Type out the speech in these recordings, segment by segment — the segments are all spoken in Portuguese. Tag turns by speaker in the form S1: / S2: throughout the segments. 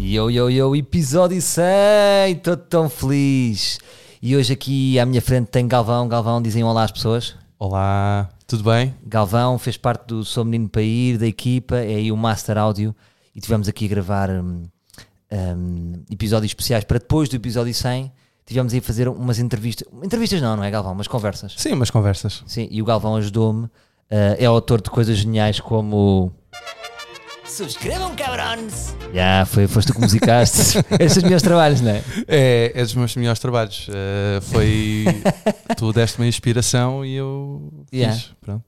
S1: Yo, yo, yo, episódio 100, estou tão feliz. E hoje aqui à minha frente tem Galvão. Galvão, dizem olá às pessoas.
S2: Olá, tudo bem?
S1: Galvão fez parte do Sou Menino para Ir, da equipa, é aí o Master Áudio. E tivemos aqui a gravar hum, hum, episódios especiais para depois do episódio 100. Tivemos aí a fazer umas entrevistas. Entrevistas não, não é Galvão, mas conversas.
S2: Sim, umas conversas.
S1: Sim, e o Galvão ajudou-me. Ah, é autor de coisas geniais como.
S3: Subscrevam, cabrões!
S1: Já, foi, foste tu que musicaste estes meus trabalhos, não é?
S2: É, é dos meus melhores trabalhos. Eh, foi. tu deste-me a inspiração e eu.
S1: Yeah.
S2: Fiz. Pronto.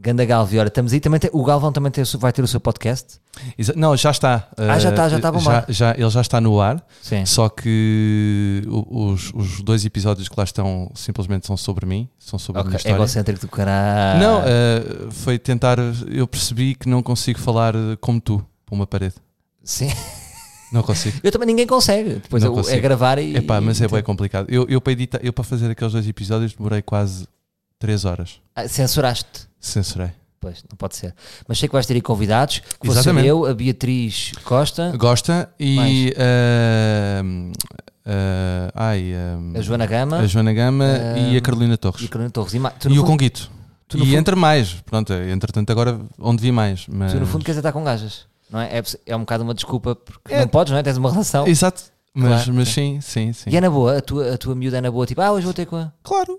S1: Ganda Galvio, ora, estamos aí. Também tem- o Galvão também tem o seu- vai ter o seu podcast.
S2: Exa- Não, já está.
S1: Ah, já
S2: Eh,
S1: está, já está a bombar. É.
S2: já- Ele já está no ar,
S1: Sim.
S2: só que o- os, os dois episódios que lá estão simplesmente são sobre mim, são sobre a
S1: Ok,
S2: minha
S1: é
S2: história.
S1: egocêntrico do caralho.
S2: Não, eh, foi tentar. Eu percebi que não consigo falar eh, como tu, para uma parede.
S1: Sim.
S2: Não consigo.
S1: Eu também ninguém consegue. Depois eu-
S2: Não
S1: é
S2: consigo.
S1: gravar e. então?
S2: Epá, mas é
S1: e-
S2: bem complicado. Eu, eu, para editar, eu para fazer aqueles dois episódios demorei quase 3 horas.
S1: Ah, Censuraste.
S2: Censurei.
S1: Pois, não pode ser. Mas sei que vais ter aí convidados. Que vou ser
S2: Exatamente.
S1: eu, a Beatriz Costa,
S2: Gosta e. ahm, ah, ai, ahm,
S1: a Joana Gama
S2: a Joana Gama e
S1: ahm,
S2: a Carolina
S1: e a
S2: Torres.
S1: Carolina Torres. E, ma- tu, no
S2: E, o
S1: fundo,
S2: Conguito.
S1: tu
S2: E
S1: no fundo-
S2: entre mais. Pronto, entretanto, agora onde vi mais. Mas...
S1: tu no fundo queres estar com gajas. Não é? É, possi- é um bocado uma desculpa porque
S2: É.
S1: não podes, não é? Tens uma relação.
S2: Exato. Mas,
S1: Claro,
S2: mas sim, sim, sim.
S1: E é na boa, a tua, a tua miúda é na boa, tipo, ah, hoje vou ter com a.
S2: Claro,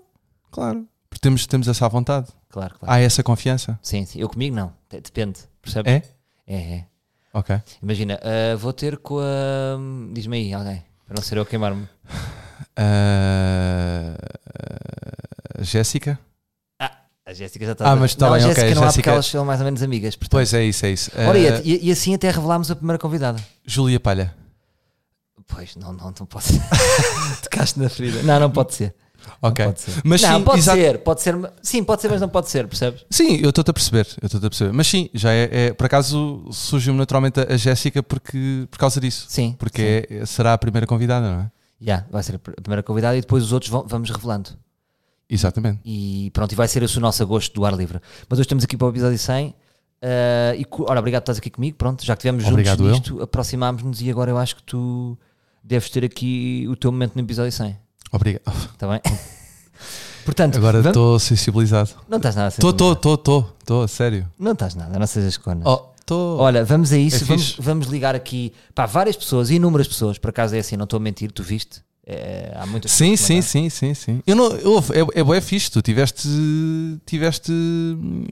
S2: claro. Porque temos, temos essa vontade.
S1: Claro, claro.
S2: Há essa confiança.
S1: Sim, sim. Eu comigo não. De- Depende. Percebes?
S2: É?
S1: É, é.
S2: Ok.
S1: Imagina, ah, vou ter com a. Diz-me aí alguém, para não ser eu a queimar-me.
S2: Ah, ah, Jéssica?
S1: A Jéssica já tá está.
S2: Ah, mas está
S1: não,
S2: bem,
S1: a
S2: ok,
S1: Jéssica não há porque
S2: Jéssica-
S1: elas são mais ou menos amigas. Portanto.
S2: Pois é, isso, é isso.
S1: Ora, e,
S2: Ah,
S1: a- e- e assim até revelámos a primeira convidada.
S2: Júlia Palha.
S1: Pois, não, não, não pode ser. Tocaste na ferida. Não, não pode ser.
S2: Ok.
S1: Não pode ser.
S2: Mas
S1: não,
S2: sim,
S1: pode
S2: exato-
S1: ser, pode ser. ma- Sim, pode ser, mas não pode ser, percebes?
S2: Sim, eu estou-te a perceber, eu estou-te a perceber. Mas sim, já é, é- por acaso surgiu-me naturalmente a a Jéssica porque, por causa disso.
S1: Sim.
S2: Porque é- será a primeira convidada, não é?
S1: Já, vai ser a pr- a primeira convidada e depois os outros vão- vamos revelando.
S2: Exatamente.
S1: E pronto, e vai ser esse o nosso agosto do ar livre. Mas hoje estamos aqui para o episódio 100. eh, e, cu- ora, obrigado por estás aqui comigo. Pronto, já que estivemos juntos
S2: Obrigado eu.
S1: nisto, aproximámos-nos e agora eu acho que tu deves ter aqui o teu momento no episódio 100.
S2: Obrigado.
S1: Está bem? Portanto,
S2: Agora
S1: vamos-
S2: estou sensibilizado.
S1: não estás nada a
S2: Estou, estou, estou, estou, estou, a sério.
S1: Não estás nada, não sejas cona.
S2: Oh, estou.
S1: Olha, vamos a isso,
S2: É
S1: vamos,
S2: fixe.
S1: vamos ligar aqui para várias pessoas, inúmeras pessoas, por acaso é assim, não estou a mentir, tu viste? É, há muitas
S2: Sim,
S1: pessoas que
S2: sim,
S1: mandaram.
S2: sim, sim, sim. Eu não, ouve, é, é bué fixe, tu tiveste, tiveste hum,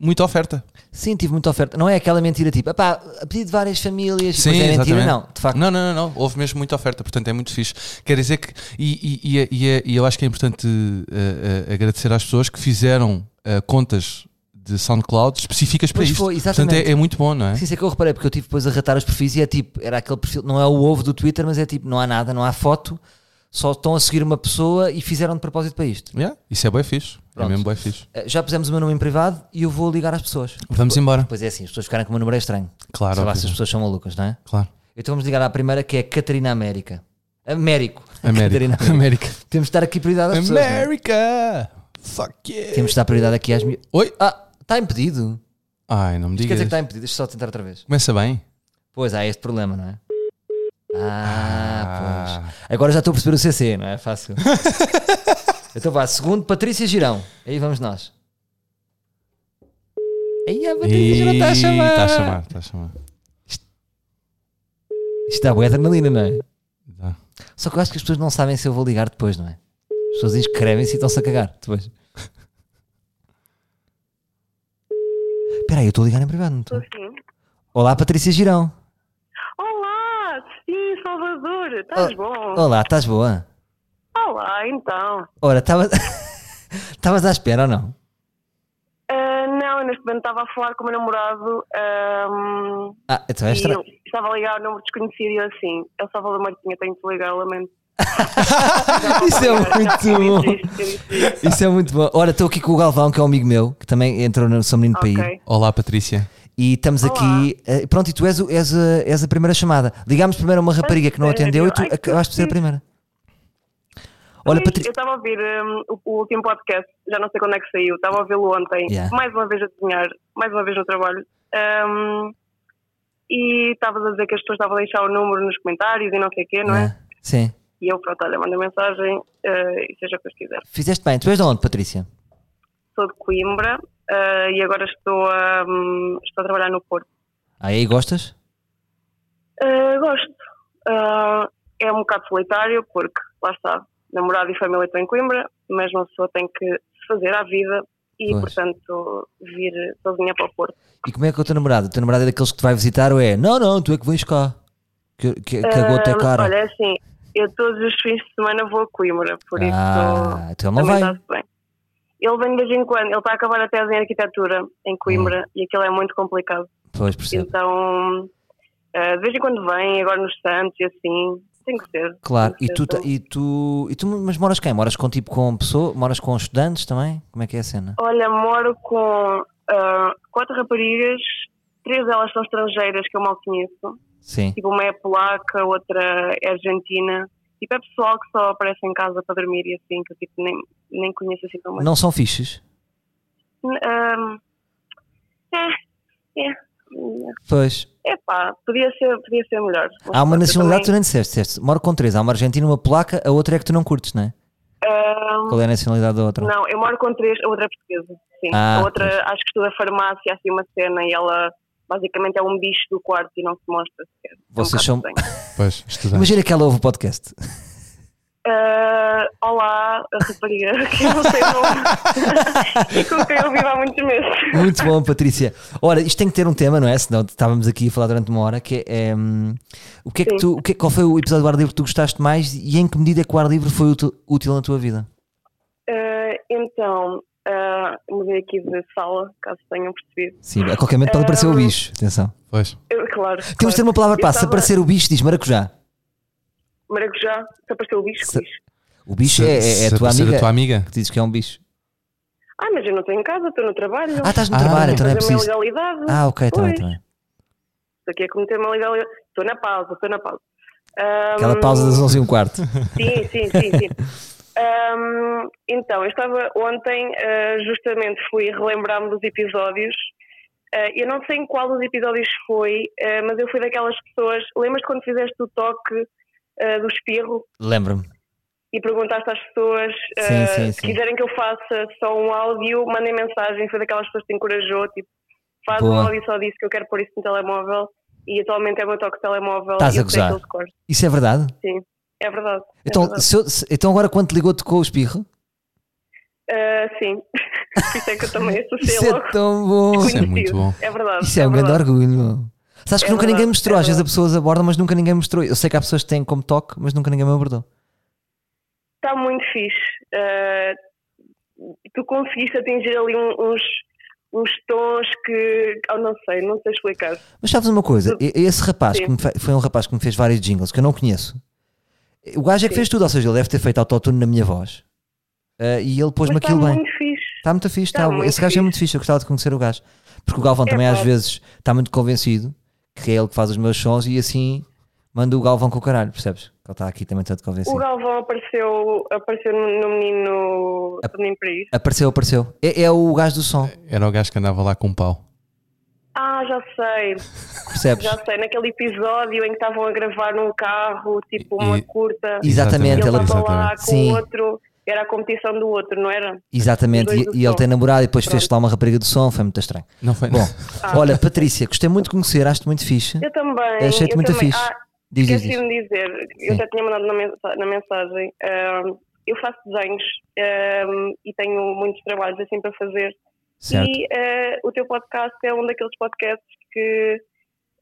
S2: muita oferta.
S1: Sim, tive muita oferta. Não é aquela mentira tipo, "Epá, a pedido de várias famílias, e
S2: Sim,
S1: depois é mentira,
S2: exatamente.
S1: não, de facto.
S2: Não, não, não, não. Houve mesmo muita oferta, portanto é muito fixe. Quer dizer que. E, e- e é- e é- e eu acho que é importante eh, eh, agradecer às pessoas que fizeram eh, contas de SoundCloud específicas para
S1: Pois
S2: isto.
S1: foi,
S2: portanto
S1: exatamente.
S2: é, é muito bom, não é?
S1: Sim, isso é que eu reparei, porque eu tive depois a ratar os perfis e é tipo, era aquele perfil, não é o ovo do Twitter, mas é tipo, não há nada, não há foto, só estão a seguir uma pessoa e fizeram de propósito para isto.
S2: Yeah, isso é bem fixe.
S1: Pronto.
S2: É mesmo bem fixe.
S1: Eh, Já pusemos o meu nome em privado e eu vou ligar às pessoas.
S2: Vamos embora.
S1: Pois é assim, as pessoas ficarem com o meu número é estranho.
S2: Claro,
S1: Sei lá
S2: óbvio.
S1: se as pessoas são malucas, não é?
S2: Claro.
S1: Então vamos ligar à primeira que é Catarina América. Américo. Catarina
S2: América.
S1: Américo.
S2: América.
S1: Temos de dar aqui prioridade às pessoas. não é?
S2: América! Fuck yeah!
S1: Temos de dar prioridade aqui às miúdas.
S2: Oi?
S1: Ah, está impedido.
S2: Ai, não me
S1: Isto quer dizer que tá está
S2: digas.
S1: impedido. Deixa eu só tentar outra vez.
S2: Começa bem.
S1: Pois há este problema, não é? Ah,
S2: Ah.
S1: pois. Agora já estou a perceber o CC, não é? Fácil. então vá, segundo, Patrícia Girão. Aí vamos nós. Aí a Patrícia Girão está a chamar.
S2: Está tá a chamar, está a chamar.
S1: Isto está boa adrenalina, não é?
S2: Dá.
S1: Só que eu acho que as pessoas não sabem se eu vou ligar depois, não é? As pessoas inscrevem-se e estão-se a cagar depois. Espera aí, eu estou a ligar em privado, não estou?
S4: Sim.
S1: Olá, Patrícia Girão.
S4: Olá, sim, Salvador, estás
S1: Oh.
S4: bom?
S1: Olá, estás boa?
S4: Olá, então.
S1: Ora, estavas estavas à espera ou não?
S4: Ah, não, eu neste momento estava a falar com o meu namorado ahm,
S1: Ah, então é
S4: e
S1: estranho.
S4: eu estava a ligar o número desconhecido e eu assim, eu só vou da Martinha, tenho que te ligar, lamento.
S1: Isso é muito bom.
S4: Isto, isto, isto.
S1: Isso é muito bom. Ora, estou aqui com o Galvão, que é um amigo meu, que também entrou no São Menino de País.
S4: Ok.
S2: Olá, Patrícia.
S1: E estamos
S4: Olá.
S1: aqui. eh, Pronto, e tu és, o- és a, és a primeira chamada. Ligámos primeiro a uma rapariga que não
S4: sério?
S1: atendeu e tu
S4: Ai, que
S1: acabaste de ser a
S4: fixe.
S1: primeira. Olha,
S4: Sim,
S1: Patrícia.
S4: Eu estava a ouvir ahm, o, o último podcast, já não sei quando é que saiu, estava a ouvi-lo ontem,
S1: Yeah.
S4: mais uma vez a desenhar, mais uma vez no trabalho. Ahm, ehm, e estavas a dizer que as pessoas estavam a deixar o número nos comentários e não sei o quê, não é?
S1: Ah, Sim.
S4: E eu, pronto, olha, manda mensagem eh, e seja o que eu quiser.
S1: Fizeste bem. Tu és de onde, Patrícia?
S4: Sou de Coimbra eh, e agora estou a, hum, estou a trabalhar no Porto.
S1: Ah, e aí gostas?
S4: Eh, gosto. Ah, é um bocado solitário porque, lá está, namorado e família estão em Coimbra, mas uma pessoa tem que se fazer à vida e,
S1: Pois.
S4: portanto, vir sozinha para o Porto.
S1: E como é que é o teu namorado? O teu namorado é daqueles que te vai visitar ou é? Não, não, tu é que vens cá. Que, que, que a gota é
S4: Ah,
S1: cara.
S4: Olha, é assim, eu todos os fins de semana vou a Coimbra, por isso.
S1: Ah, então ele não
S4: também
S1: vai.
S4: está-se bem. Ele vem de vez em quando, ele está a acabar a tese em arquitetura em Coimbra
S1: Hum.
S4: e aquilo é muito complicado.
S1: Pois, percebo.
S4: Então, ah, de vez em quando vem, agora nos Santos e assim, tem que ser.
S1: Claro.
S4: Tem
S1: E
S4: que
S1: tu,
S4: ser,
S1: ta- e tu, e tu, mas moras quem? Moras com tipo com pessoa? Moras com estudantes também? Como é que é a cena?
S4: Olha, moro com ah, quatro raparigas, três delas são estrangeiras que eu mal conheço.
S1: Sim.
S4: Tipo, uma é polaca, outra é argentina. Tipo, é pessoal que só aparece em casa para dormir e assim, que eu tipo, nem, nem conheço assim tão muito.
S1: Não são fiches?
S4: Ahm, é, é.
S1: Pois.
S4: É pá, podia ser, podia ser melhor.
S1: Há uma
S4: Eu
S1: nacionalidade que tu
S4: também,
S1: nem disseste, disseste. Moro com três. Há uma argentina, uma polaca, a outra é que tu não curtes, não é?
S4: ahm,
S1: Qual é a nacionalidade da outra?
S4: Não, eu moro com três, a outra é portuguesa. Sim.
S1: Ah,
S4: a outra
S1: pois.
S4: acho que estuda farmácia, assim uma cena, e ela basicamente é um bicho do quarto e não se mostra sequer. É um
S1: Vocês
S4: bocado
S1: são-
S4: estranho.
S2: Pois, estudar.
S1: Imagina que ela ouve o podcast.
S4: Ah, olá, a rapariga que eu não sei o nome e com quem eu vivo há muitos meses.
S1: Muito bom, Patrícia. Ora, isto tem que ter um tema, não é? Senão estávamos aqui a falar durante uma hora, que é hum, o que é que
S4: Sim.
S1: tu, o que é- qual foi o episódio do ar livre que tu gostaste mais e em que medida é que o ar livre foi útil, útil na tua vida?
S4: Ah, então, ah, mudei aqui de sala, caso tenham percebido.
S1: Sim, a qualquer momento pode aparecer o
S4: Hum,
S1: bicho. Atenção.
S2: Pois.
S4: Eu, claro.
S1: Temos de ter uma palavra
S4: Eu
S1: passa. Se
S4: estava-
S1: aparecer o bicho, diz maracujá.
S4: Maracujá, se apareceu o bicho,
S1: Se-
S4: bicho.
S1: O bicho
S2: Se-
S1: é, é- é
S2: se
S1: a tua
S2: aparecer
S1: amiga.
S2: a tua amiga.
S1: Que dizes que é um bicho.
S4: Ah, mas eu não estou em casa, estou no trabalho.
S1: Ah, estás no
S2: Ah,
S1: trabalho, então não é
S4: Fazer uma
S1: preciso.
S4: ilegalidade.
S1: Ah, ok, está bem,
S4: Pois.
S1: está bem.
S4: Estou aqui é a cometer uma legalidade. Estou na pausa, estou na pausa. Ahm,
S1: Aquela pausa das 11 e um quarto.
S4: Sim, sim, sim. sim. Ahm, então, eu estava ontem, ah, justamente fui relembrar-me dos episódios. Ah, eu não sei em qual dos episódios foi, ah, mas eu fui daquelas pessoas. Lembras-te quando fizeste o toque ah, do espirro
S1: Lembro-me.
S4: e perguntaste às pessoas ah,
S1: Sim, sim,
S4: se
S1: sim.
S4: quiserem que eu faça só um áudio, mandem mensagem. Foi daquelas pessoas que te encorajou, tipo, faz um
S1: Boa.
S4: áudio só disso que eu quero pôr isso no telemóvel. E atualmente é o meu toque de telemóvel.
S1: Estás
S4: e
S1: a
S4: eu sei
S1: gozar.
S4: aquilo de cor.
S1: Isso é verdade?
S4: É verdade. é
S1: Então,
S4: verdade.
S1: se eu- se- então agora quando te ligou tocou o espirro?
S4: Ah, sim. Por isso é que eu também
S1: Isso
S4: associei
S1: é
S4: logo.
S1: tão bom.
S2: Isso é muito bom.
S4: É verdade.
S1: Isso é, um grande
S4: verdade.
S1: orgulho. meu. Sabes que
S4: É
S1: nunca ninguém
S4: verdade,
S1: mostrou.
S4: é
S1: Às vezes as
S4: verdade.
S1: pessoas abordam, mas nunca ninguém mostrou. Eu sei que há pessoas que têm como toque, mas nunca ninguém me abordou.
S4: Está Tá muito fixe. Ah, tu conseguiste atingir ali um- uns, uns tons que. Oh, não sei, não sei explicar.
S1: Mas sabes uma coisa? E- Esse rapaz,
S4: Sim.
S1: que me fe- foi um rapaz que me fez vários jingles que eu não conheço. O gajo é que
S4: Sim.
S1: fez tudo, ou seja, ele deve ter feito autotune na minha voz. Ah, e ele
S4: Mas
S1: pôs-me
S4: está
S1: aquilo bem.
S4: muito fixe.
S1: Está muito fixe.
S4: Está
S1: está-
S4: muito
S1: Esse gajo é
S4: fixe.
S1: muito fixe. Eu gostava de conhecer o gajo. Porque o Galvão
S4: É
S1: também às
S4: pá.
S1: vezes está muito convencido que é ele que faz os meus sons e assim manda o Galvão com o caralho, percebes? Ele está aqui também tanto
S4: O
S1: convencido.
S4: Galvão apareceu, apareceu no, no menino. do menino para isso.
S1: Apareceu, apareceu. É, é o gajo do som,
S2: Era o gajo que andava lá com um pau.
S4: Ah, já sei.
S1: percebes?
S4: Já sei. Naquele episódio em que estavam a gravar num carro, tipo uma
S2: E-
S4: curta.
S1: e- Exatamente,
S4: e ele
S1: ela-
S4: estava lá com
S1: Sim.
S4: o outro. Era a competição do outro, não era?
S1: Exatamente,
S4: Os
S1: e,
S4: dois do
S1: e ele
S4: som.
S1: tem namorado e depois
S4: Pronto. Ah.
S1: fez lá uma rapariga do som, foi muito estranho.
S2: Não foi?
S1: Bom, olha, Patrícia, gostei muito de conhecer, acho-te muito fixe.
S4: Eu também.
S1: É, Achei-te
S4: eu
S1: muito
S4: também.
S1: fixe.
S4: Ah,
S1: Diz, diz, diz.
S4: Esqueci-me de dizer, eu
S1: Sim.
S4: já tinha mandado na, mensa- na mensagem. ahm, eu faço desenhos ahm, e tenho muitos trabalhos assim para fazer.
S1: Certo.
S4: E ah, o teu podcast é um daqueles podcasts que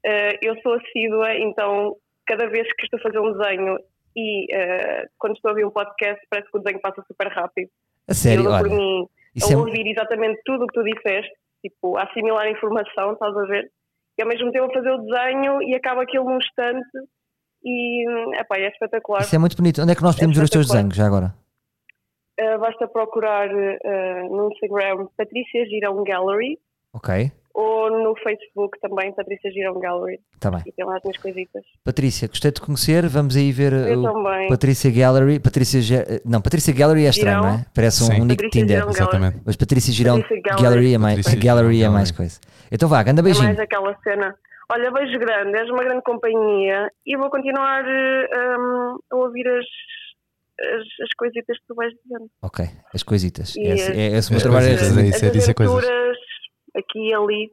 S4: ah, eu sou assídua, então cada vez que estou a fazer um desenho e ah, quando estou a ouvir um podcast, parece que o desenho passa super rápido.
S1: A sério,
S4: eu dou por
S1: olha,
S4: mim
S1: isso
S4: a
S1: é,
S4: ouvir exatamente tudo o que tu disseste, tipo, a assimilar a informação, estás a ver? E ao mesmo tempo a fazer o desenho e acaba aquilo num instante e epá, é espetacular.
S1: isso é muito bonito. Onde é que nós podemos ver os teus
S4: espetacular.
S1: desenhos já agora?
S4: Uh, basta procurar uh, no Instagram Patrícia Girão Gallery
S1: Ok,
S4: ou no Facebook também Patrícia Girão Gallery
S1: está tá bem.
S4: e tem lá as minhas coisitas.
S1: Patrícia, gostei de te conhecer, vamos aí ver uh,
S4: Eu
S1: É, o
S4: também.
S1: Patrícia Gallery. Patrícia, Ge- uh, não, Patrícia Gallery é estranho,
S4: Girão.
S1: não é? Parece um
S2: Sim.
S1: nick
S4: Patrícia
S1: Tinder.
S4: Girão
S2: Exatamente.
S1: Mas Patrícia Girão
S4: Patrícia Gallery.
S1: Gallery é mais,
S2: Patrícia
S1: Gallery é
S2: Girão
S1: mais
S2: Gallery.
S1: coisa. Então vá, grande
S4: É
S1: beijinho.
S4: mais aquela cena. Olha, beijo grande, és uma grande companhia e vou continuar eh, um, a ouvir as, as, as coisitas que tu vais dizendo.
S1: Ok, as coisitas.
S4: E
S1: É, esse- é, esse o meu
S2: as
S1: trabalho.
S2: coisitas,
S1: Patrícia.
S2: é isso, é
S4: as
S2: dizer coisas.
S4: aventuras, aqui e ali.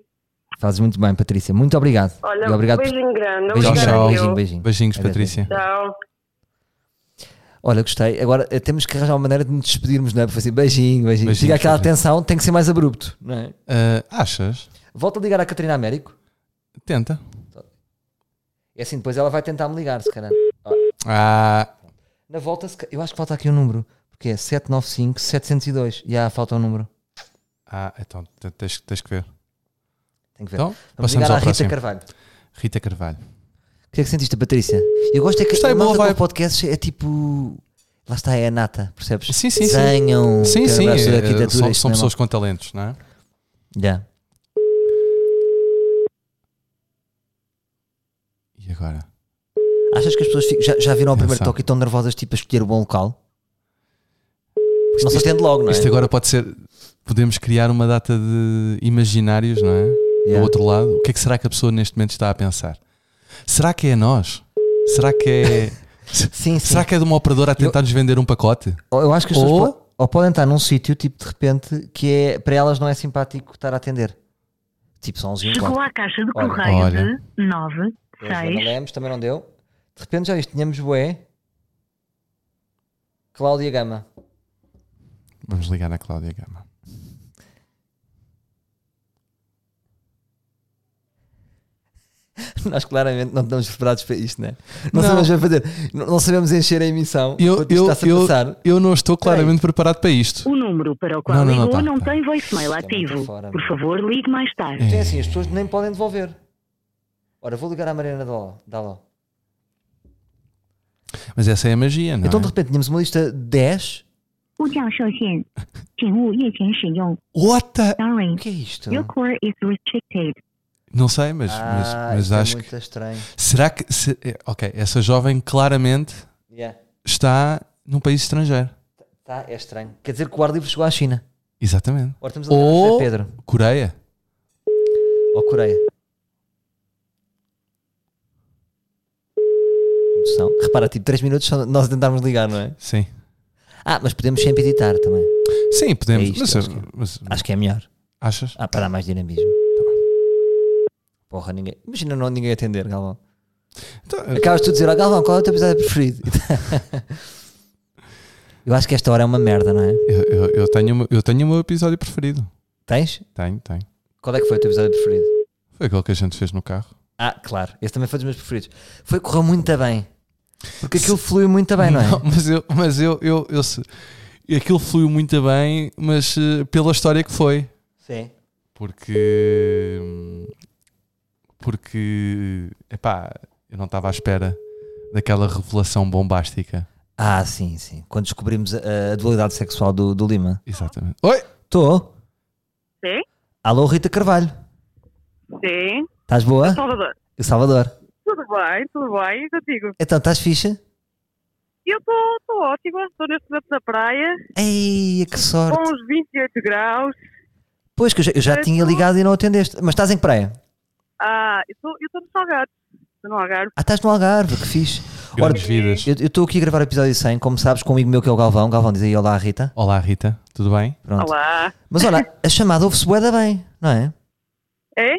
S1: Fazes muito bem, Patrícia. Muito obrigado.
S4: Olha,
S1: E obrigado por-
S4: beijinho grande.
S1: Beijinho,
S4: obrigada,
S2: tchau.
S4: eu.
S1: beijinho, beijinho.
S2: Beijinhos,
S1: Adeus.
S2: Patrícia.
S4: Tchau.
S1: Olha, gostei. Agora eh, temos que arranjar uma maneira de nos despedirmos, não é? Para fazer beijinho, beijinho.
S2: Beijinhos,
S1: Fica aquela
S2: Patrícia.
S1: tensão, tem que ser mais abrupto, não é?
S2: Ah, achas?
S1: Volta a ligar à Catarina Américo.
S2: Tenta.
S1: É assim, depois ela vai tentar me ligar, se calhar. Ó,
S2: Ah,
S1: Na volta, se ca- eu acho que falta aqui um número, porque é 795-702. E há falta um número.
S2: ah então te- tens, tens que ver.
S1: Tem que ver.
S2: Então,
S1: Vamos
S2: passamos
S1: ligar à
S2: ao
S1: Rita
S2: próximo.
S1: Carvalho.
S2: Rita Carvalho.
S1: O que é que sentiste, Patrícia? Eu gosto é que
S2: Gostei,
S1: a malta
S2: boa
S1: com
S2: vibe.
S1: o podcast é tipo. Lá está, é a nata, percebes?
S2: Sim, sim, sim.
S1: Desenham,
S2: Sim,
S1: querem
S2: sim,
S1: abraços de
S2: eh,
S1: arquitetura,
S2: são,
S1: isto
S2: são
S1: não é
S2: pessoas com talentos, não é?
S1: mau. Já.
S2: E agora?
S1: Achas que as pessoas ficam- já, já viram o primeiro
S2: Atenção.
S1: toque e estão nervosas, tipo, a escolher o bom local? Não se
S2: isto-
S1: atende logo, não é?
S2: Isto agora pode ser. Podemos criar uma data de imaginários, não é?
S1: Yeah.
S2: Do outro lado, o que é que será que a pessoa neste momento está a pensar? Será que é nós? Será que é.
S1: Sim, sim.
S2: será que é de uma operadora a tentar-nos vender um pacote?
S1: Ou Eu acho que as pessoas
S2: Ou-
S1: po- ou podem estar num sítio, tipo, de repente, que é para elas não é simpático estar a atender. Tipo, são 11 e um
S5: Chegou
S1: quarto.
S5: à caixa de
S1: Olha,
S5: correio
S2: olha.
S5: de 9,
S1: A Joana
S5: 6,
S1: Lemos também não deu. De repente já isto tínhamos Boé, Cláudia Gama.
S2: Vamos ligar na Cláudia Gama.
S1: Nós claramente não estamos preparados para isto, né? não é?
S2: Não.
S1: Não sabemos fazer, não não sabemos encher a emissão.
S2: Eu,
S1: enquanto isto
S2: eu,
S1: está-se a
S2: eu, É.
S1: passar.
S2: eu não estou claramente preparado para isto.
S5: o número para o qual
S2: Não, não, não,
S5: ligou
S2: tá,
S5: não
S2: tá.
S5: tem voicemail
S1: Isto é muito
S5: ativo.
S1: fora,
S5: Por
S1: meu.
S5: favor, ligue mais tarde.
S1: Então é assim, as pessoas nem podem devolver. Ora, vou ligar à Mariana Daló. Daló.
S2: Mas essa é a magia, não
S1: Então de
S2: é?
S1: repente tínhamos uma lista de 10.
S5: 呼叫受限，请勿夜间使用。
S2: What the-
S5: Sorry,
S1: O que é isto?
S5: your core is restricted.
S2: Não sei, mas,
S1: Ah,
S2: mas, mas
S1: isto é
S2: acho que.
S1: muito estranho.
S2: Será que. se- eh, ok, essa jovem claramente
S1: Yeah.
S2: está num país estrangeiro.
S1: Tá, é estranho. Quer dizer que o ar livre chegou à China.
S2: Exatamente.
S1: Ora, estamos a ligar ao
S2: Ou
S1: Zé Pedro.
S2: Coreia.
S1: Ou Coreia. São- Repara, tipo 3 minutos só nós tentarmos ligar, não é?
S2: Sim.
S1: Ah, mas podemos sempre editar também.
S2: Sim, podemos.
S1: É isto,
S2: mas,
S1: acho que é.
S2: mas-
S1: Acho que é melhor.
S2: achas?
S1: Ah, para dar mais dinamismo. Tá Porra, ninguém. Imagina não ninguém atender, Galvão.
S2: Então,
S1: Acabas de dizer, ó Galvão, qual é o teu episódio preferido? Eu acho que esta hora é uma merda, não é?
S2: eu, eu, eu tenho, o meu- eu tenho o meu episódio preferido.
S1: Tens?
S2: Tenho, tenho.
S1: Qual é que foi o teu episódio preferido?
S2: Foi aquele que a gente fez no carro.
S1: Ah, claro, esse também foi dos meus preferidos. Foi correu muito bem. Porque aquilo fluiu muito bem, não é?
S2: mas eu, mas eu, eu, eu se- aquilo fluiu muito bem, mas eh, pela história que foi.
S1: Sim.
S2: Porque. hum, Porque. Epá, eu não estava à espera daquela revelação bombástica.
S1: Ah, sim, sim. Quando descobrimos a, a dualidade sexual do, do Lima.
S2: Exatamente. Oi!
S1: Estou.
S4: Sim?
S1: Alô, Rita Carvalho.
S4: Sim.
S1: Estás boa?
S4: É Salvador.
S1: Eu, Salvador.
S4: Tudo bem, tudo bem, e contigo?
S1: Então, estás ficha?
S4: Eu estou ótima, estou neste momento na praia,
S1: Ei, que
S4: com
S1: sorte.
S4: uns 28 graus. É
S1: Pois, que eu já, eu já
S4: Eu
S1: tinha
S4: tô-
S1: ligado e não atendeste. Mas estás em que praia?
S4: Ah, eu estou no Salgado, estou no Algarve.
S1: Ah, estás no Algarve, que fixe. Ora,
S2: Grandes vidas.
S1: eu eu estou aqui a gravar o episódio 100, como sabes, com um amigo meu que é o Galvão. Galvão, diz aí olá, Rita.
S2: Olá, Rita, tudo bem?
S1: Pronto.
S4: Olá.
S1: Mas olha, a chamada ouve-se bué da bem, não é?
S4: É?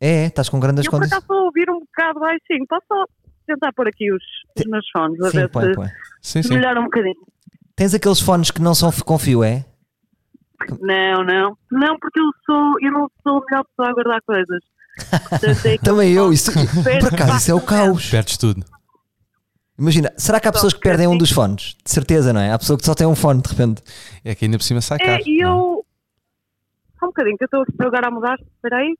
S1: É, estás com grandes
S4: eu por
S1: condições.
S4: acaso estou a ouvir um bocado baixinho. Posso só tentar pôr aqui os, os meus fones, a
S1: Sim,
S4: ver
S1: põe,
S4: se
S1: põe.
S2: Sim, sim.
S4: melhora um bocadinho.
S1: Tens aqueles fones que não são f- com fio, é?
S4: Não, não. Não, porque eu sou, eu não sou a melhor pessoa a guardar coisas. Portanto, é que
S1: Também eu, isso.
S4: Perde
S1: Por acaso, isso é o caos.
S2: Perdes tudo.
S1: Imagina, será que há pessoas que perdem um dos fones? De certeza, não é? Há pessoa que só tem um fone, de repente.
S2: É que ainda por cima sai
S4: É,
S2: caro.
S4: e
S2: não é?
S4: eu. Só um bocadinho, que eu estou aqui agora a mudar. Espera aí.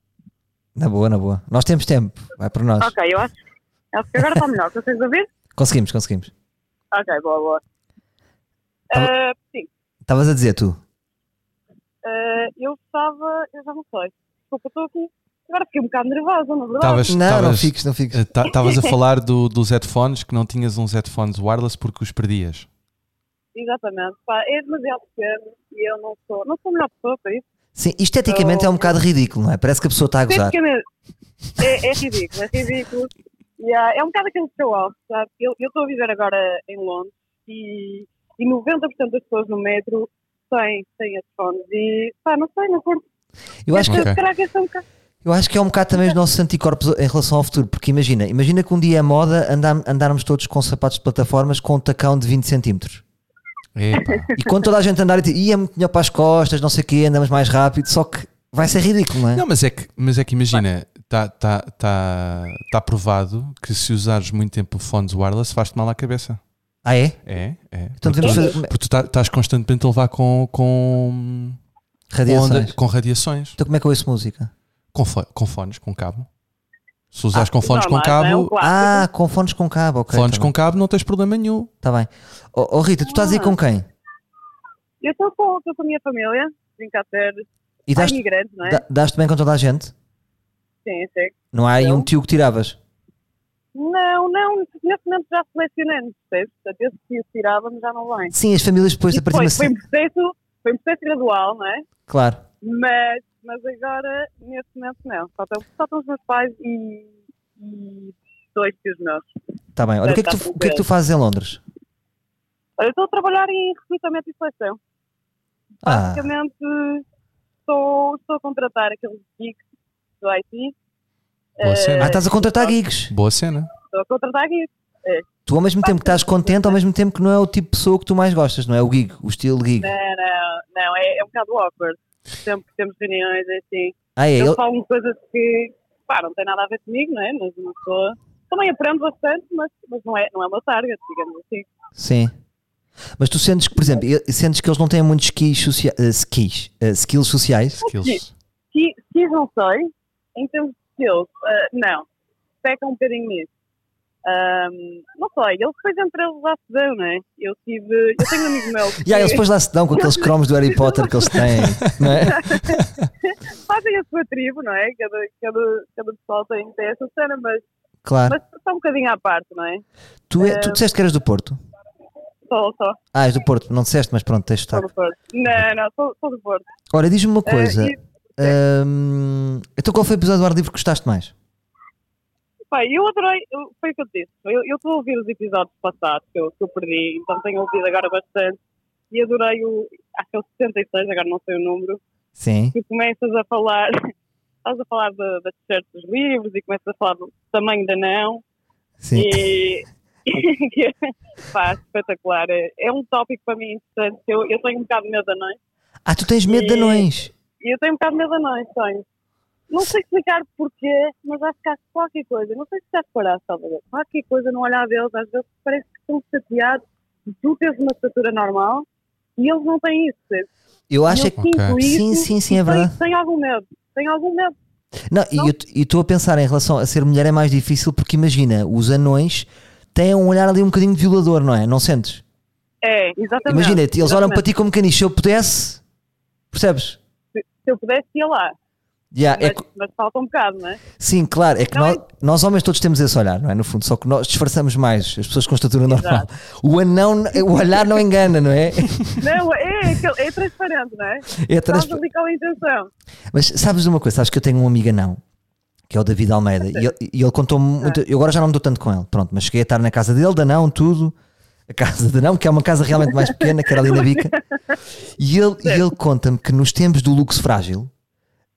S1: Na boa, na boa. Nós temos tempo, vai por nós.
S4: Ok, eu acho, acho que agora está melhor. Consegues ouvir?
S1: Conseguimos, conseguimos.
S4: Ok, boa, boa.
S1: Tá bom.
S4: Ah, sim,
S1: Estavas a dizer tu.
S4: ah, eu estava. Eu já não sei. Desculpa, estou aqui. Agora fiquei um bocado nervosa, na verdade.
S2: é? Estavas-
S1: Não, não
S2: estavas-
S1: fiques, não fiques.
S2: eh, ta- Estavas a falar do, dos headphones, que não tinhas uns headphones wireless porque os perdias.
S4: Exatamente. Pá, é demasiado pequeno e eu não sou, não sou a melhor pessoa para isso.
S1: Sim, esteticamente é
S6: Então,
S1: um bocado ridículo, não é? Parece que a pessoa está a gozar.
S6: Tecnicamente, é, é ridículo, é ridículo. E, ah, é um bocado aquele show-off, sabe? Eu eu estou a viver agora em Londres e, e 90% das pessoas no metro têm, têm headphones e, pá, não sei, não curto.
S1: Eu acho, que,
S2: Ok.
S6: Será que é só um bocado...
S1: eu acho que é um bocado também os nossos anticorpos em relação ao futuro, porque imagina, imagina que um dia é moda andar, andarmos todos com sapatos de plataformas com um tacão de 20 centímetros.
S2: Epá.
S1: E quando toda a gente andar e diz, "Ih, é muito melhor para as costas, não sei o quê, andamos mais rápido, só que vai ser ridículo, não é?
S2: Não, mas é que, mas é que imagina, está tá, tá, tá provado que se usares muito tempo fones wireless faz-te mal à cabeça.
S1: Ah, é?
S2: É, é.
S1: Então
S2: porque
S1: devemos
S2: tu-
S1: fazer-
S2: porque tu tá- estás constantemente a levar com, com, com,
S1: Radiações.
S2: onda, com radiações,
S1: Então como é que eu ouço música?
S2: com, fo- com fones, com cabo. Se usares com fones
S6: Não,
S2: com
S6: mas é um
S2: cabo,
S6: clássico.
S1: Ah, com fones com cabo, ok.
S2: fones
S1: tá
S2: com
S1: bem.
S2: cabo não tens problema nenhum.
S1: Tá bem. Oh, oh, Rita, tu estás aí
S6: Ah.
S1: com quem?
S6: Eu estou com, estou com a minha família, brincar
S1: E
S6: Ai,
S1: dás-te
S6: imigrantes, não é?
S1: dá- dás-te bem com toda a gente?
S6: Sim, sim.
S1: Não há aí um
S6: Não.
S1: tio que tiravas?
S6: Não, não, nesse momento já selecionamos, percebes? Portanto, esse que os tirávamos já não vem.
S1: Sim, as famílias depois
S6: E
S1: a partir de uma
S6: depois foi um
S1: se-
S6: processo, foi um processo gradual, não é?
S1: Claro.
S6: Mas, mas agora, nesse momento, não. Só estão, só estão os meus pais e, e dois tios meus.
S1: Tá bem. Olha, o que, é que
S6: Tá
S1: tu, o que é que tu fazes em Londres?
S6: Eu estou a trabalhar em recrutamento e seleção.
S1: Ah,
S6: Basicamente, estou, estou a contratar aqueles geeks do IT. Eh,
S2: Boa
S1: ah,
S2: cena.
S1: estás a contratar gigs.
S2: Boa cena.
S6: Estou a contratar geeks.
S1: Tu ao mesmo tempo que estás contente, ao mesmo tempo que não é o tipo de pessoa que tu mais gostas, não é o gig, o estilo gig.
S6: Não, não, não, é, é um bocado awkward. Sempre que temos reuniões é assim.
S1: Ah, é?
S6: Eu
S1: Ele-
S6: falo coisas que, pá, não tem nada a ver comigo, não é? Mas uma pessoa também aprende bastante, mas, mas não, é, não é uma target, digamos assim.
S1: Sim. Mas tu sentes que, por exemplo, ele- sentes que eles não têm muitos skis, socia eh, skis, eh, skills sociais?
S2: Skills.
S6: Se, se não sei, em termos de skills, ah, não. Peca um bocadinho nisso. Ahm, não sei, eles depois entre eles lá se dão, não é? Eu tive. Eu tenho um amigo meu.
S1: E aí eles
S6: que-
S1: depois lá se dão com aqueles cromos do Harry Potter que eles têm, não é?
S6: fazem a sua tribo, não é? Cada, cada, cada pessoal tem, tem essa cena, mas,
S1: Claro.
S6: mas está um bocadinho à parte, não é?
S1: Tu, é, tu disseste que eras do Porto?
S6: Só, só,
S1: Ah, és do Porto, não disseste, mas pronto, tens
S6: só
S1: destaque.
S6: do Porto. Não, não, só, só do Porto.
S1: Ora, diz-me uma
S6: Ah,
S1: coisa.
S6: e-
S1: ahm, então qual foi o episódio do ar livre que gostaste mais?
S6: Pai, eu adorei, eu- foi o que eu te disse. Eu eu estou a ouvir os episódios passados que eu, que eu perdi, então tenho ouvido agora bastante. E adorei o, acho que é o 66, agora não sei o número,
S1: Sim.
S6: que começas a falar, estás a falar da- das t-shirts dos livros e começas a falar do tamanho da não.
S1: Sim.
S6: E, e pá, espetacular. É, é um tópico para mim interessante. que Eu, eu tenho um bocado de medo de anões.
S1: Ah, tu tens medo de
S6: E-
S1: anões?
S6: E eu tenho um bocado de medo de anões, tenho. Não sei explicar porquê, mas acho que há qualquer coisa. Não sei se já reparaste, Salvador. Qualquer coisa no olhar deles, às vezes parece que estão chateados de tu teres uma estatura normal e eles não têm isso. percebes?
S1: Eu acho
S6: eu
S1: é que.
S6: sinto
S2: Ok.
S6: isso
S1: Sim, sim, sim, é
S6: e
S1: verdade.
S6: Tenho, tenho algum medo. Tenho algum medo.
S1: Não, e eu- e estou a pensar em relação a ser mulher é mais difícil porque imagina, os anões têm um olhar ali um bocadinho de violador, não é? Não sentes?
S6: É, exatamente.
S1: Imagina, eles olham
S6: Exatamente.
S1: para ti como caniche. Se eu pudesse, percebes?
S6: Se eu pudesse, ia lá.
S1: Yeah, é
S6: Mas,
S1: que-
S6: mas falta um bocado, não é?
S1: sim, claro, é que
S6: Não,
S1: nós, nós homens todos temos esse olhar, não é? No fundo, só que nós disfarçamos mais as pessoas com estatura normal. O anão, o olhar não engana, não é?
S6: Não, é, aquele- é transparente, não é?
S1: É
S6: Estás
S1: trans-
S6: ali com a intenção.
S1: Mas sabes de uma coisa? Sabes que eu tenho um amigo anão, que é o David Almeida, e ele, e ele contou-me muito. Eu agora já não me dou tanto com ele, pronto, mas cheguei a estar na casa dele, de anão, tudo. A casa de anão, que é uma casa realmente mais pequena, que era ali na bica. E ele, e ele conta-me que nos tempos do luxo frágil,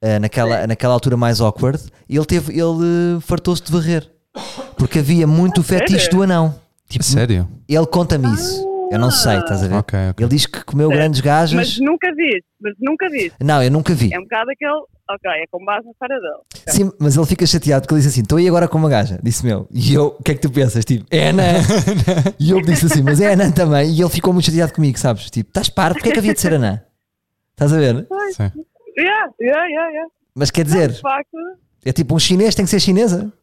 S1: eh, naquela, naquela altura mais awkward, ele, teve, ele eh, fartou-se de varrer. Porque havia muito o fetiche do anão.
S2: A
S1: Tipo, é.
S2: Sério?
S1: ele conta-me isso. Eu não sei, estás a ver?
S2: Ok, ok.
S1: Ele diz que comeu grandes gajas.
S6: Mas nunca vi, mas nunca vi.
S1: Não, eu nunca vi.
S6: É um bocado aquele, ok, é com base na história dele. Ok.
S1: Sim, mas ele fica chateado porque ele disse assim: estou aí agora com uma gaja. Disse meu. E eu, o que é que tu pensas? Tipo, é Anã. e eu disse assim: mas é Anã também. E ele ficou muito chateado comigo, sabes? Tipo, estás parvo, porque é que havia de ser Anã? Estás a ver?
S2: Sim.
S6: Yeah, yeah, yeah, yeah.
S1: Mas quer
S6: De
S1: dizer,
S6: facto,
S1: é tipo um chinês tem que ser chinesa?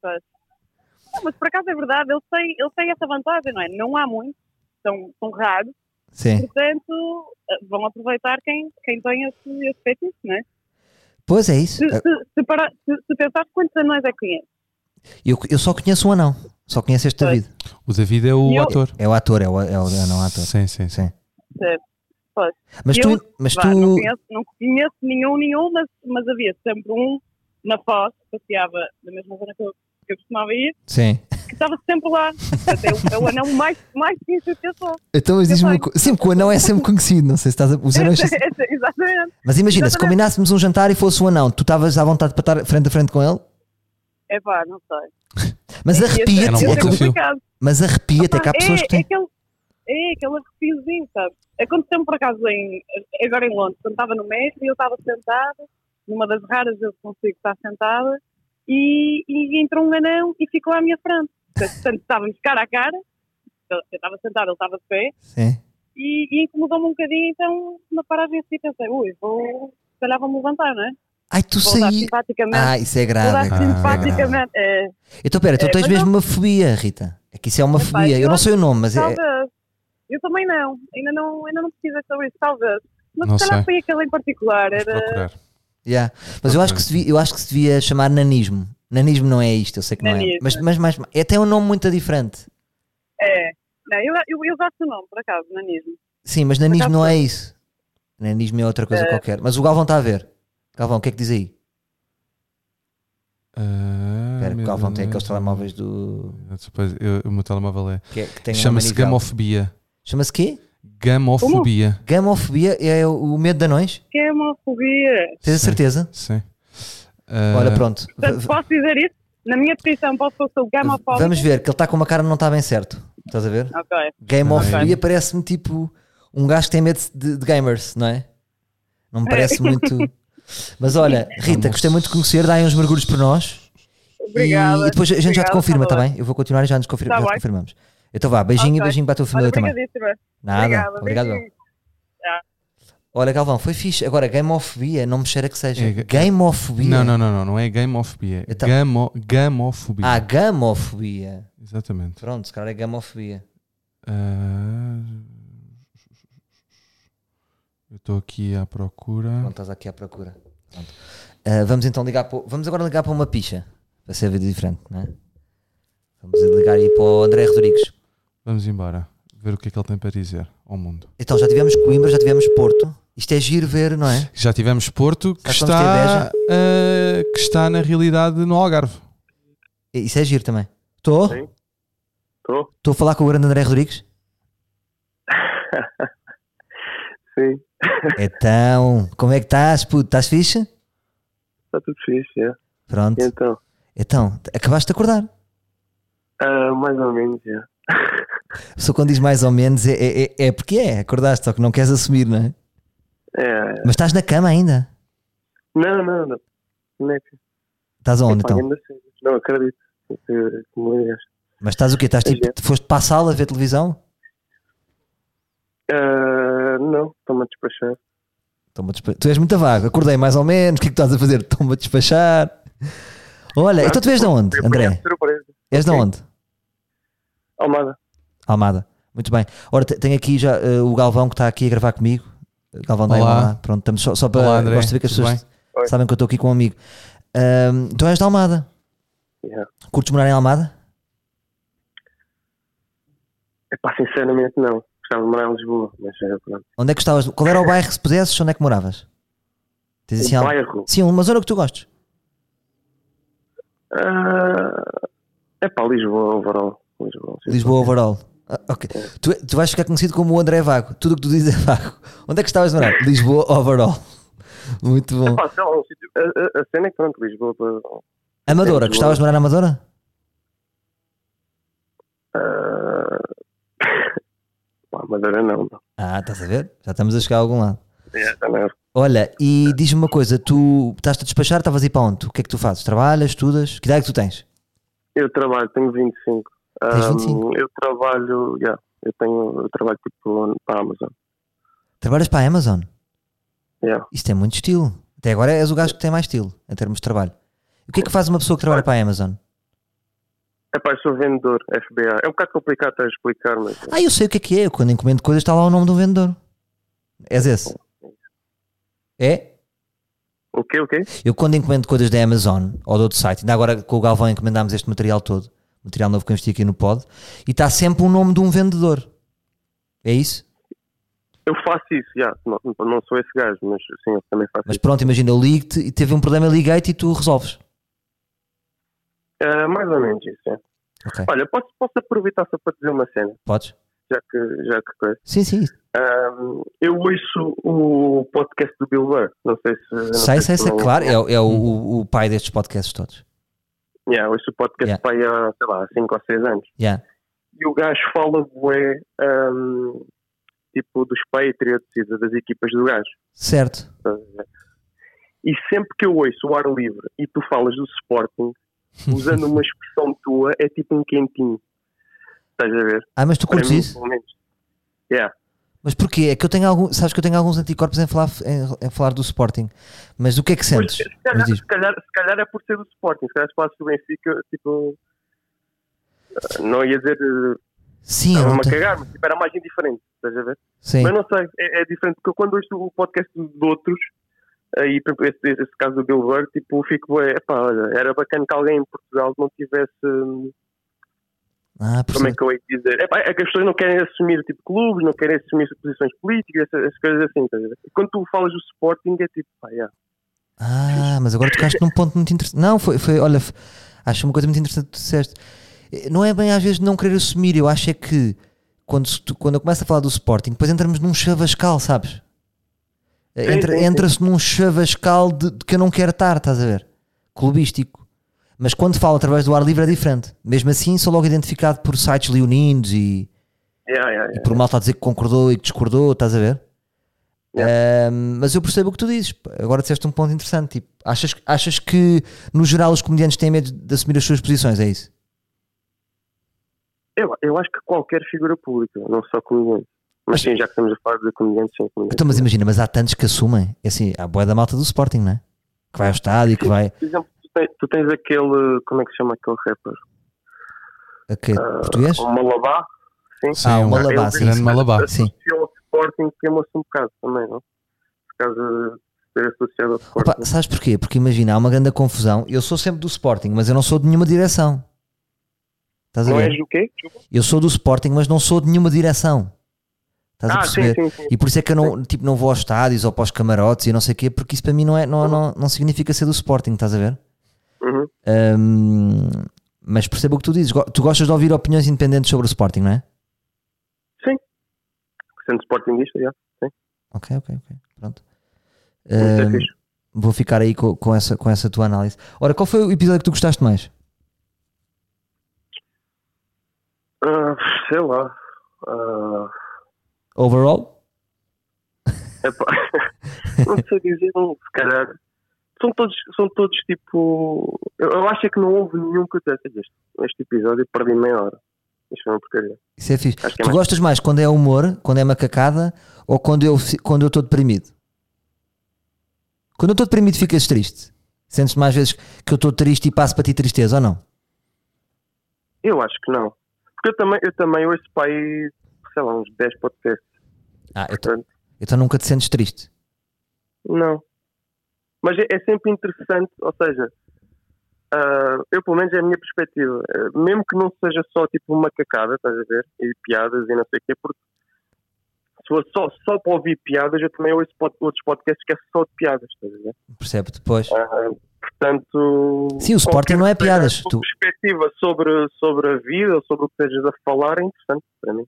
S6: pois. Não, mas por acaso é verdade, ele tem, ele tem essa vantagem, não é? Não há muito, são, são raros,
S1: Sim.
S6: portanto eh, vão aproveitar quem, quem tem esse, esse fetiche, não é?
S1: Pois é isso.
S6: Se, se, se, para, se, se pensar quantos anões é que conhece,
S1: Eu, eu só conheço um anão. Só conheço este David.
S2: O David é o
S6: E eu-
S2: ator.
S1: É o ator, é o, é o anão ator.
S2: Sim, sim, sim.
S1: Sim.
S6: pessoas.
S1: Mas
S6: Eu,
S1: tu, mas
S6: vá,
S1: tu
S6: não, conheço, não conheço nenhum, nenhum, mas, mas havia sempre um na Foz, que passeava na mesma zona que eu, que eu costumava ir,
S1: sim.
S6: que estava sempre lá. Portanto, é, o- é o anel mais, mais difícil que eu sou.
S1: Então mas diz-me
S6: Eu
S1: uma coisa. Sim, porque o anão é sempre conhecido, não sei se estás a. Os anões...
S6: Exatamente.
S1: Mas imagina, se combinássemos um jantar e fosse um anão, tu estavas à vontade para estar frente a frente com ele?
S6: É pá, não sei.
S1: Mas
S6: Ia
S1: arrepia-te,
S2: Era um
S6: ser-
S1: é
S2: bom
S6: ia ser
S1: que eu-
S2: desafio.
S6: complicado.
S1: mas arrepia-te, é que há
S6: Pá,
S1: pessoas que
S6: é
S1: têm.
S6: aquele, é aquele arrepiozinho, sabes? Aconteceu-me por acaso em, agora em Londres, quando estava no metro e eu estava sentada, numa das raras vezes que consigo estar sentada, e, e entrou um anão e ficou à minha frente. Portanto, estávamos cara a cara, eu eu estava sentada, ele estava de pé,
S1: Sim.
S6: e, e incomodou-me um bocadinho, então na paragem assim pensei, ui, vou, se calhar vou-me levantar, não é?
S1: Ai, tu
S6: Vou dar
S1: saí.
S6: simpaticamente.
S1: Ah, isso é
S6: vou dar
S1: grave.
S2: grave.
S6: simpaticamente. É,
S1: Então pera, tu
S6: É,
S1: tens
S6: mas
S1: mesmo
S6: não-
S1: uma fobia, Rita. É que isso é uma
S6: Epá,
S1: fobia. Eu
S6: eu
S1: não sei o nome, mas é.
S6: Talvez. Eu também não. Ainda não, ainda não pesquisei sobre isso, talvez. Mas
S2: Não
S6: se
S2: sei.
S6: calhar foi aquele em particular.
S2: Vamos
S6: Era
S2: procurar.
S1: Yeah. Mas eu acho, que se devia, eu acho que se devia chamar nanismo. Nanismo não é isto, eu sei que não é.
S6: Nanismo.
S1: Mas, mas mais, é até um nome muito diferente.
S6: é. Não, eu, eu, eu gosto do nome, por acaso, é nanismo.
S1: Sim, mas nanismo não é isso. Nanismo é outra coisa
S6: É.
S1: qualquer. Mas o Galvão está a ver. Galvão, o que é que diz aí?
S2: Ah,
S1: Espera, o
S2: meu
S1: Galvão tem
S2: Deus.
S1: aqueles telemóveis do.
S2: Depois, eu- o meu telemóvel é.
S1: que é- que tem um
S2: Chama-se
S1: manivel.
S2: gamofobia.
S1: Chama-se quê?
S2: Gamofobia.
S1: Gamofobia é o o medo de anões?
S6: Que é uma fobia.
S1: Tens a
S2: Sim.
S1: certeza?
S2: Sim. Ah,
S1: Ora, pronto. V-
S6: Portanto, é
S1: v-
S6: posso dizer isso? Na minha descrição, posso que eu sou gamofóbica?
S1: Vamos ver, que ele está com uma cara que não está bem certo. Estás a ver?
S6: Ok.
S1: Gamofobia parece-me tipo um gajo que tem medo de, de gamers, não é? Não me parece muito. Mas olha, Rita,
S2: Vamos.
S1: gostei muito de conhecer, dá aí uns mergulhos por nós.
S6: Obrigada.
S1: e, e depois a gente já te
S6: Obrigada,
S1: confirma,
S6: tá
S1: está bem? Eu vou continuar e já, nos confir-
S6: Tá
S1: já te
S6: bem.
S1: confirmamos. Então vá, beijinho e
S6: Ok.
S1: beijinho para a tua
S6: Olha,
S1: família também.
S6: obrigadíssima.
S1: Nada,
S6: Obrigada,
S1: obrigado.
S6: beijinho.
S1: Olha, Galvão, foi fixe. Agora, gamofobia, não me cheira que seja.
S2: É ga-
S1: gamofobia.
S2: Não, não, não, não, não é gamofobia.
S1: Então-
S2: Gamo, gamofobia.
S1: Ah, gamofobia.
S2: Exatamente.
S1: Pronto, se calhar é gamofobia.
S2: Ah, eu estou aqui à
S1: Não
S2: procura.
S1: estás aqui à procura. Pronto. Ah, vamos então ligar para. o- Vamos agora ligar para uma picha. Para ser vida diferente, não é? Vamos ligar aí para o André Rodrigues.
S2: Vamos embora. Ver o que é que ele tem para dizer ao mundo.
S1: Então já tivemos Coimbra, já tivemos Porto. Isto é giro ver, não é?
S2: Já tivemos Porto, que
S1: Sabes quando se tem
S2: está, ah, que está na realidade no Algarve.
S1: Isso é giro também. Estou?
S7: Sim. Estou?
S1: Estou a falar com o grande André Rodrigues?
S7: Sim.
S1: Então, como é que estás, puto? Estás fixe?
S7: Está tudo fixe, é.
S1: Pronto.
S7: E então?
S1: Então, acabaste de acordar.
S7: Ah, mais ou menos, é.
S1: A pessoa quando diz mais ou menos é, é, é- é porque é, acordaste, só que não queres assumir, não é?
S7: É, é.
S1: Mas estás na cama ainda?
S7: Não, não, não. Não é que...
S1: Estás aonde
S7: Epá,
S1: então?
S7: ainda sei. Não acredito que, que me ligas.
S1: Mas estás o quê? Estás tipo, foste para a sala ver televisão?
S7: Ah, não, estou-me a despachar.
S1: Estou-me a despa- Tu és muito vago, acordei mais ou menos, o que é que estás a fazer? Estou-me a despachar. Olha, então tu és de onde,
S7: Fui apanhado
S1: André?
S7: de Surpresa.
S1: És de
S7: Ok.
S1: onde?
S7: Almada.
S1: Almada. Muito bem. Ora, te- tenho aqui já eh, o Galvão que está aqui a gravar comigo. Galvão da
S2: Olá.
S1: Almada. Pronto, estamos só, só para.
S2: Olá, André.
S1: Gosto de ver que as
S2: Tudo
S1: pessoas
S7: Oi.
S1: sabem que eu estou aqui com um amigo. Ahm, tu és de Almada?
S7: Yeah.
S1: Curtes morar em Almada?
S7: Epá, sinceramente, não. Gostava de morar em Lisboa, mas é, pronto.
S1: Onde é que gostavas? Qual era o bairro que se pudesses? Onde é que moravas? Tens assim
S7: Um
S1: algo-
S7: bairro.
S1: Sim, uma zona que tu gostes.
S7: Ah, epá, Lisboa, overall. Lisboa. sim.
S1: Lisboa overall. Ah, ok. Tu, tu vais ficar conhecido como o André Vago. Tudo o que tu dizes é vago. Onde é que estavas a morar? Lisboa overall. Muito bom.
S7: Epá, sei lá, um sítio- a, a- a cena é que, pronto, Lisboa... pá,
S1: Amadora,
S7: Lisboa.
S1: gostavas de morar na Amadora?
S7: ah, pá, Madeira não, não.
S1: Ah, estás a ver? Já estamos a chegar a algum lado.
S7: É, não.
S1: Olha, e diz-me uma coisa, tu estás-te a despachar, estavas a ir para onde? O que é que tu fazes? Trabalhas, estudas? Que idade é que tu tens?
S7: Eu trabalho, tenho 25.
S1: Tens
S7: Ahm,
S1: 25?
S7: eu trabalho, yeah, eu tenho, eu trabalho tipo para a Amazon.
S1: Trabalhas para a Amazon?
S7: Yeah.
S1: Isto é muito estilo. Até agora és o gajo que tem mais estilo, em termos de trabalho. O que é que faz uma pessoa que trabalha para a Amazon?
S7: Epá, eu sou vendedor FBA. É um bocado complicado estar a explicar, mas
S1: Ah, eu sei o que é que é. Eu, quando encomendo coisas, está lá o nome do vendedor. És esse? É?
S7: o quê, o quê?
S1: Eu, quando encomendo coisas da Amazon ou de outro site, ainda agora com o Galvão encomendámos este material todo, material novo que eu investi aqui no Pod, e está sempre o nome de um vendedor. É isso?
S7: Eu faço isso, já. Não, não sou esse gajo, mas sim, eu também faço
S1: Mas pronto, imagina, eu ligo-te e teve um problema, eu liguei-te e tu resolves.
S7: isso. É, mais ou menos isso, é.
S1: Ok,
S7: Olha, posso, posso aproveitar só para dizer uma cena,
S1: podes?
S7: já que, já que coisa.
S1: Sim, sim.
S7: Ahm, eu ouço o podcast do Bill Burr, não sei se... não
S1: Sei, sei,
S7: se
S1: sei,
S7: não-
S1: claro. É, o- é o, o- o pai destes podcasts todos.
S7: Yeah, ouço o podcast
S1: Yeah.
S7: para aí há, sei lá, 5 ou 6 anos.
S1: Yeah.
S7: E o gajo fala bué, ahm, tipo, dos Patriots e das equipas do gajo.
S1: Certo.
S7: Estás a ver? E sempre que eu ouço o ar livre e tu falas do Sporting, usando uma expressão tua, é tipo um quentinho. Estás a ver?
S1: Ah, mas tu
S7: Para
S1: curtes
S7: mim,
S1: isso?
S7: pelo menos. Yeah.
S1: Mas porquê? É que eu tenho algum, sabes que eu tenho alguns anticorpos em falar, em, em falar do Sporting. Mas o que é que
S7: Mas,
S1: sentes?
S7: se, calhar,
S1: Mas diz.
S7: se, calhar, se calhar é por ser do Sporting, se calhar se falasse do Benfica, tipo. Não ia dizer. eh,
S1: Sim, eu
S7: Estava-me
S1: não
S7: a
S1: tenho-
S7: cagar, mas tipo, era mais indiferente, estás a ver?
S1: sim.
S7: Mas não sei, é, é diferente, porque eu quando ouço o podcast de outros, aí por exemplo, esse, esse caso do Bill Burr, tipo, fico, é pá, olha, era bacana que alguém em Portugal não tivesse, hum,
S1: Ah,
S7: como é
S1: percebo.
S7: que eu ia dizer, é pá, é que as pessoas não querem assumir, tipo, clubes, não querem assumir posições políticas, essas, essas coisas assim, estás a ver? E Quando tu falas do Sporting, é tipo, pá, yeah.
S1: Ah, mas agora tocaste num ponto muito interessante. Não, foi, foi olha, f- acho uma coisa muito interessante que tu disseste. Eh, Não é bem às vezes não querer assumir, eu acho é que quando, se tu- quando eu começo a falar do Sporting, depois entramos num chavascal, sabes? Eh,
S7: Sim,
S1: Entra-
S7: sim, sim.
S1: Entra-se num chavascal de, de que eu não quero estar, estás a ver? Clubístico. Mas quando falo através do ar livre é diferente. Mesmo assim, sou logo identificado por sites leoninos e,
S7: Yeah, yeah,
S1: e
S7: yeah.
S1: por malta a dizer que concordou e que discordou, estás a ver? Ahm, mas eu percebo o que tu dizes. pá. Agora disseste um ponto interessante. Tipo, achas, achas que, no geral, os comediantes têm medo de assumir as suas posições? É isso?
S7: Eu, eu acho que qualquer figura pública, não só comediante, mas sim, já que estamos a falar de comediante, sim, comediante.
S1: Então, mas imagina, mas há tantos que assumem. É assim, há a boia da malta do Sporting, não é? Que vai ao estádio, que vai.
S7: Por exemplo, tu tens, tu tens aquele, como é que se chama aquele rapper?
S1: A quê?
S7: Ah,
S1: Português?
S7: O Malabá? Sim. É
S2: Sim,
S1: Ah, o
S2: um
S1: Malabá,
S7: grande-
S1: sim.
S2: grande
S7: é
S2: malabá.
S1: Sim.
S7: associou ao Sporting queimou-se um bocado também, não? Por causa de ser associado ao Sporting.
S1: Opa, sabes porquê? Porque imagina, há uma grande confusão. Eu sou sempre do Sporting, mas eu não sou de nenhuma direção. Estás a
S7: não
S1: ver?
S7: és o quê?
S1: Eu sou do Sporting, mas não sou de nenhuma direção. Estás a
S7: Ah,
S1: perceber?
S7: sim, sim, sim.
S1: E por isso é que eu não, tipo, não vou aos estádios ou para os camarotes e não sei o quê, porque isso para mim não, é, não, não, não significa ser do Sporting, estás a ver?
S7: Uhum.
S1: Ahm, mas percebo o que tu dizes. Go- Tu gostas de ouvir opiniões independentes sobre o Sporting, não é?
S7: Sendo Sportingista, já.
S1: Ok, ok, ok. Pronto.
S7: Muito
S1: Ahm,
S7: é fixe.
S1: vou ficar aí co- com, essa, com essa tua análise. Ora, qual foi o episódio que tu gostaste mais?
S7: Ah, sei lá. Ah,
S1: Overall?
S7: epá. não sei dizer, não, se calhar. São todos, são todos tipo. Eu, eu acho é que não houve nenhum que eu dissesse, este, este episódio perdi meia hora. Isto foi uma porcaria.
S1: Isso é fixe.
S7: Acho que é
S1: Tu
S7: mais-
S1: gostas mais quando é humor, quando é macacada ou quando eu fi- quando eu estou deprimido? Quando eu estou deprimido, ficas triste. Sentes mais vezes que eu estou triste e passo para ti tristeza ou não?
S7: Eu acho que não. Porque eu também, eu também ouço para aí, sei lá, uns 10 podcasts.
S1: Ah, eu tô-
S7: Portanto,
S1: então nunca te sentes triste.
S7: Não. Mas é, é sempre interessante, ou seja, ah, eu pelo menos é a minha perspectiva. Ah, mesmo que não seja só tipo uma cacada, estás a ver? E piadas e não sei o quê, porque se for só, só para ouvir piadas, eu também ouço pod- outros podcasts que é só de piadas, estás a ver?
S1: Percebo depois.
S7: Ah, portanto.
S1: Sim, o Sporting não é
S7: qualquer
S1: piadas,
S7: que seja a
S1: tu-
S7: tua perspectiva sobre, sobre a vida, sobre o que estejas a falar, é interessante para mim.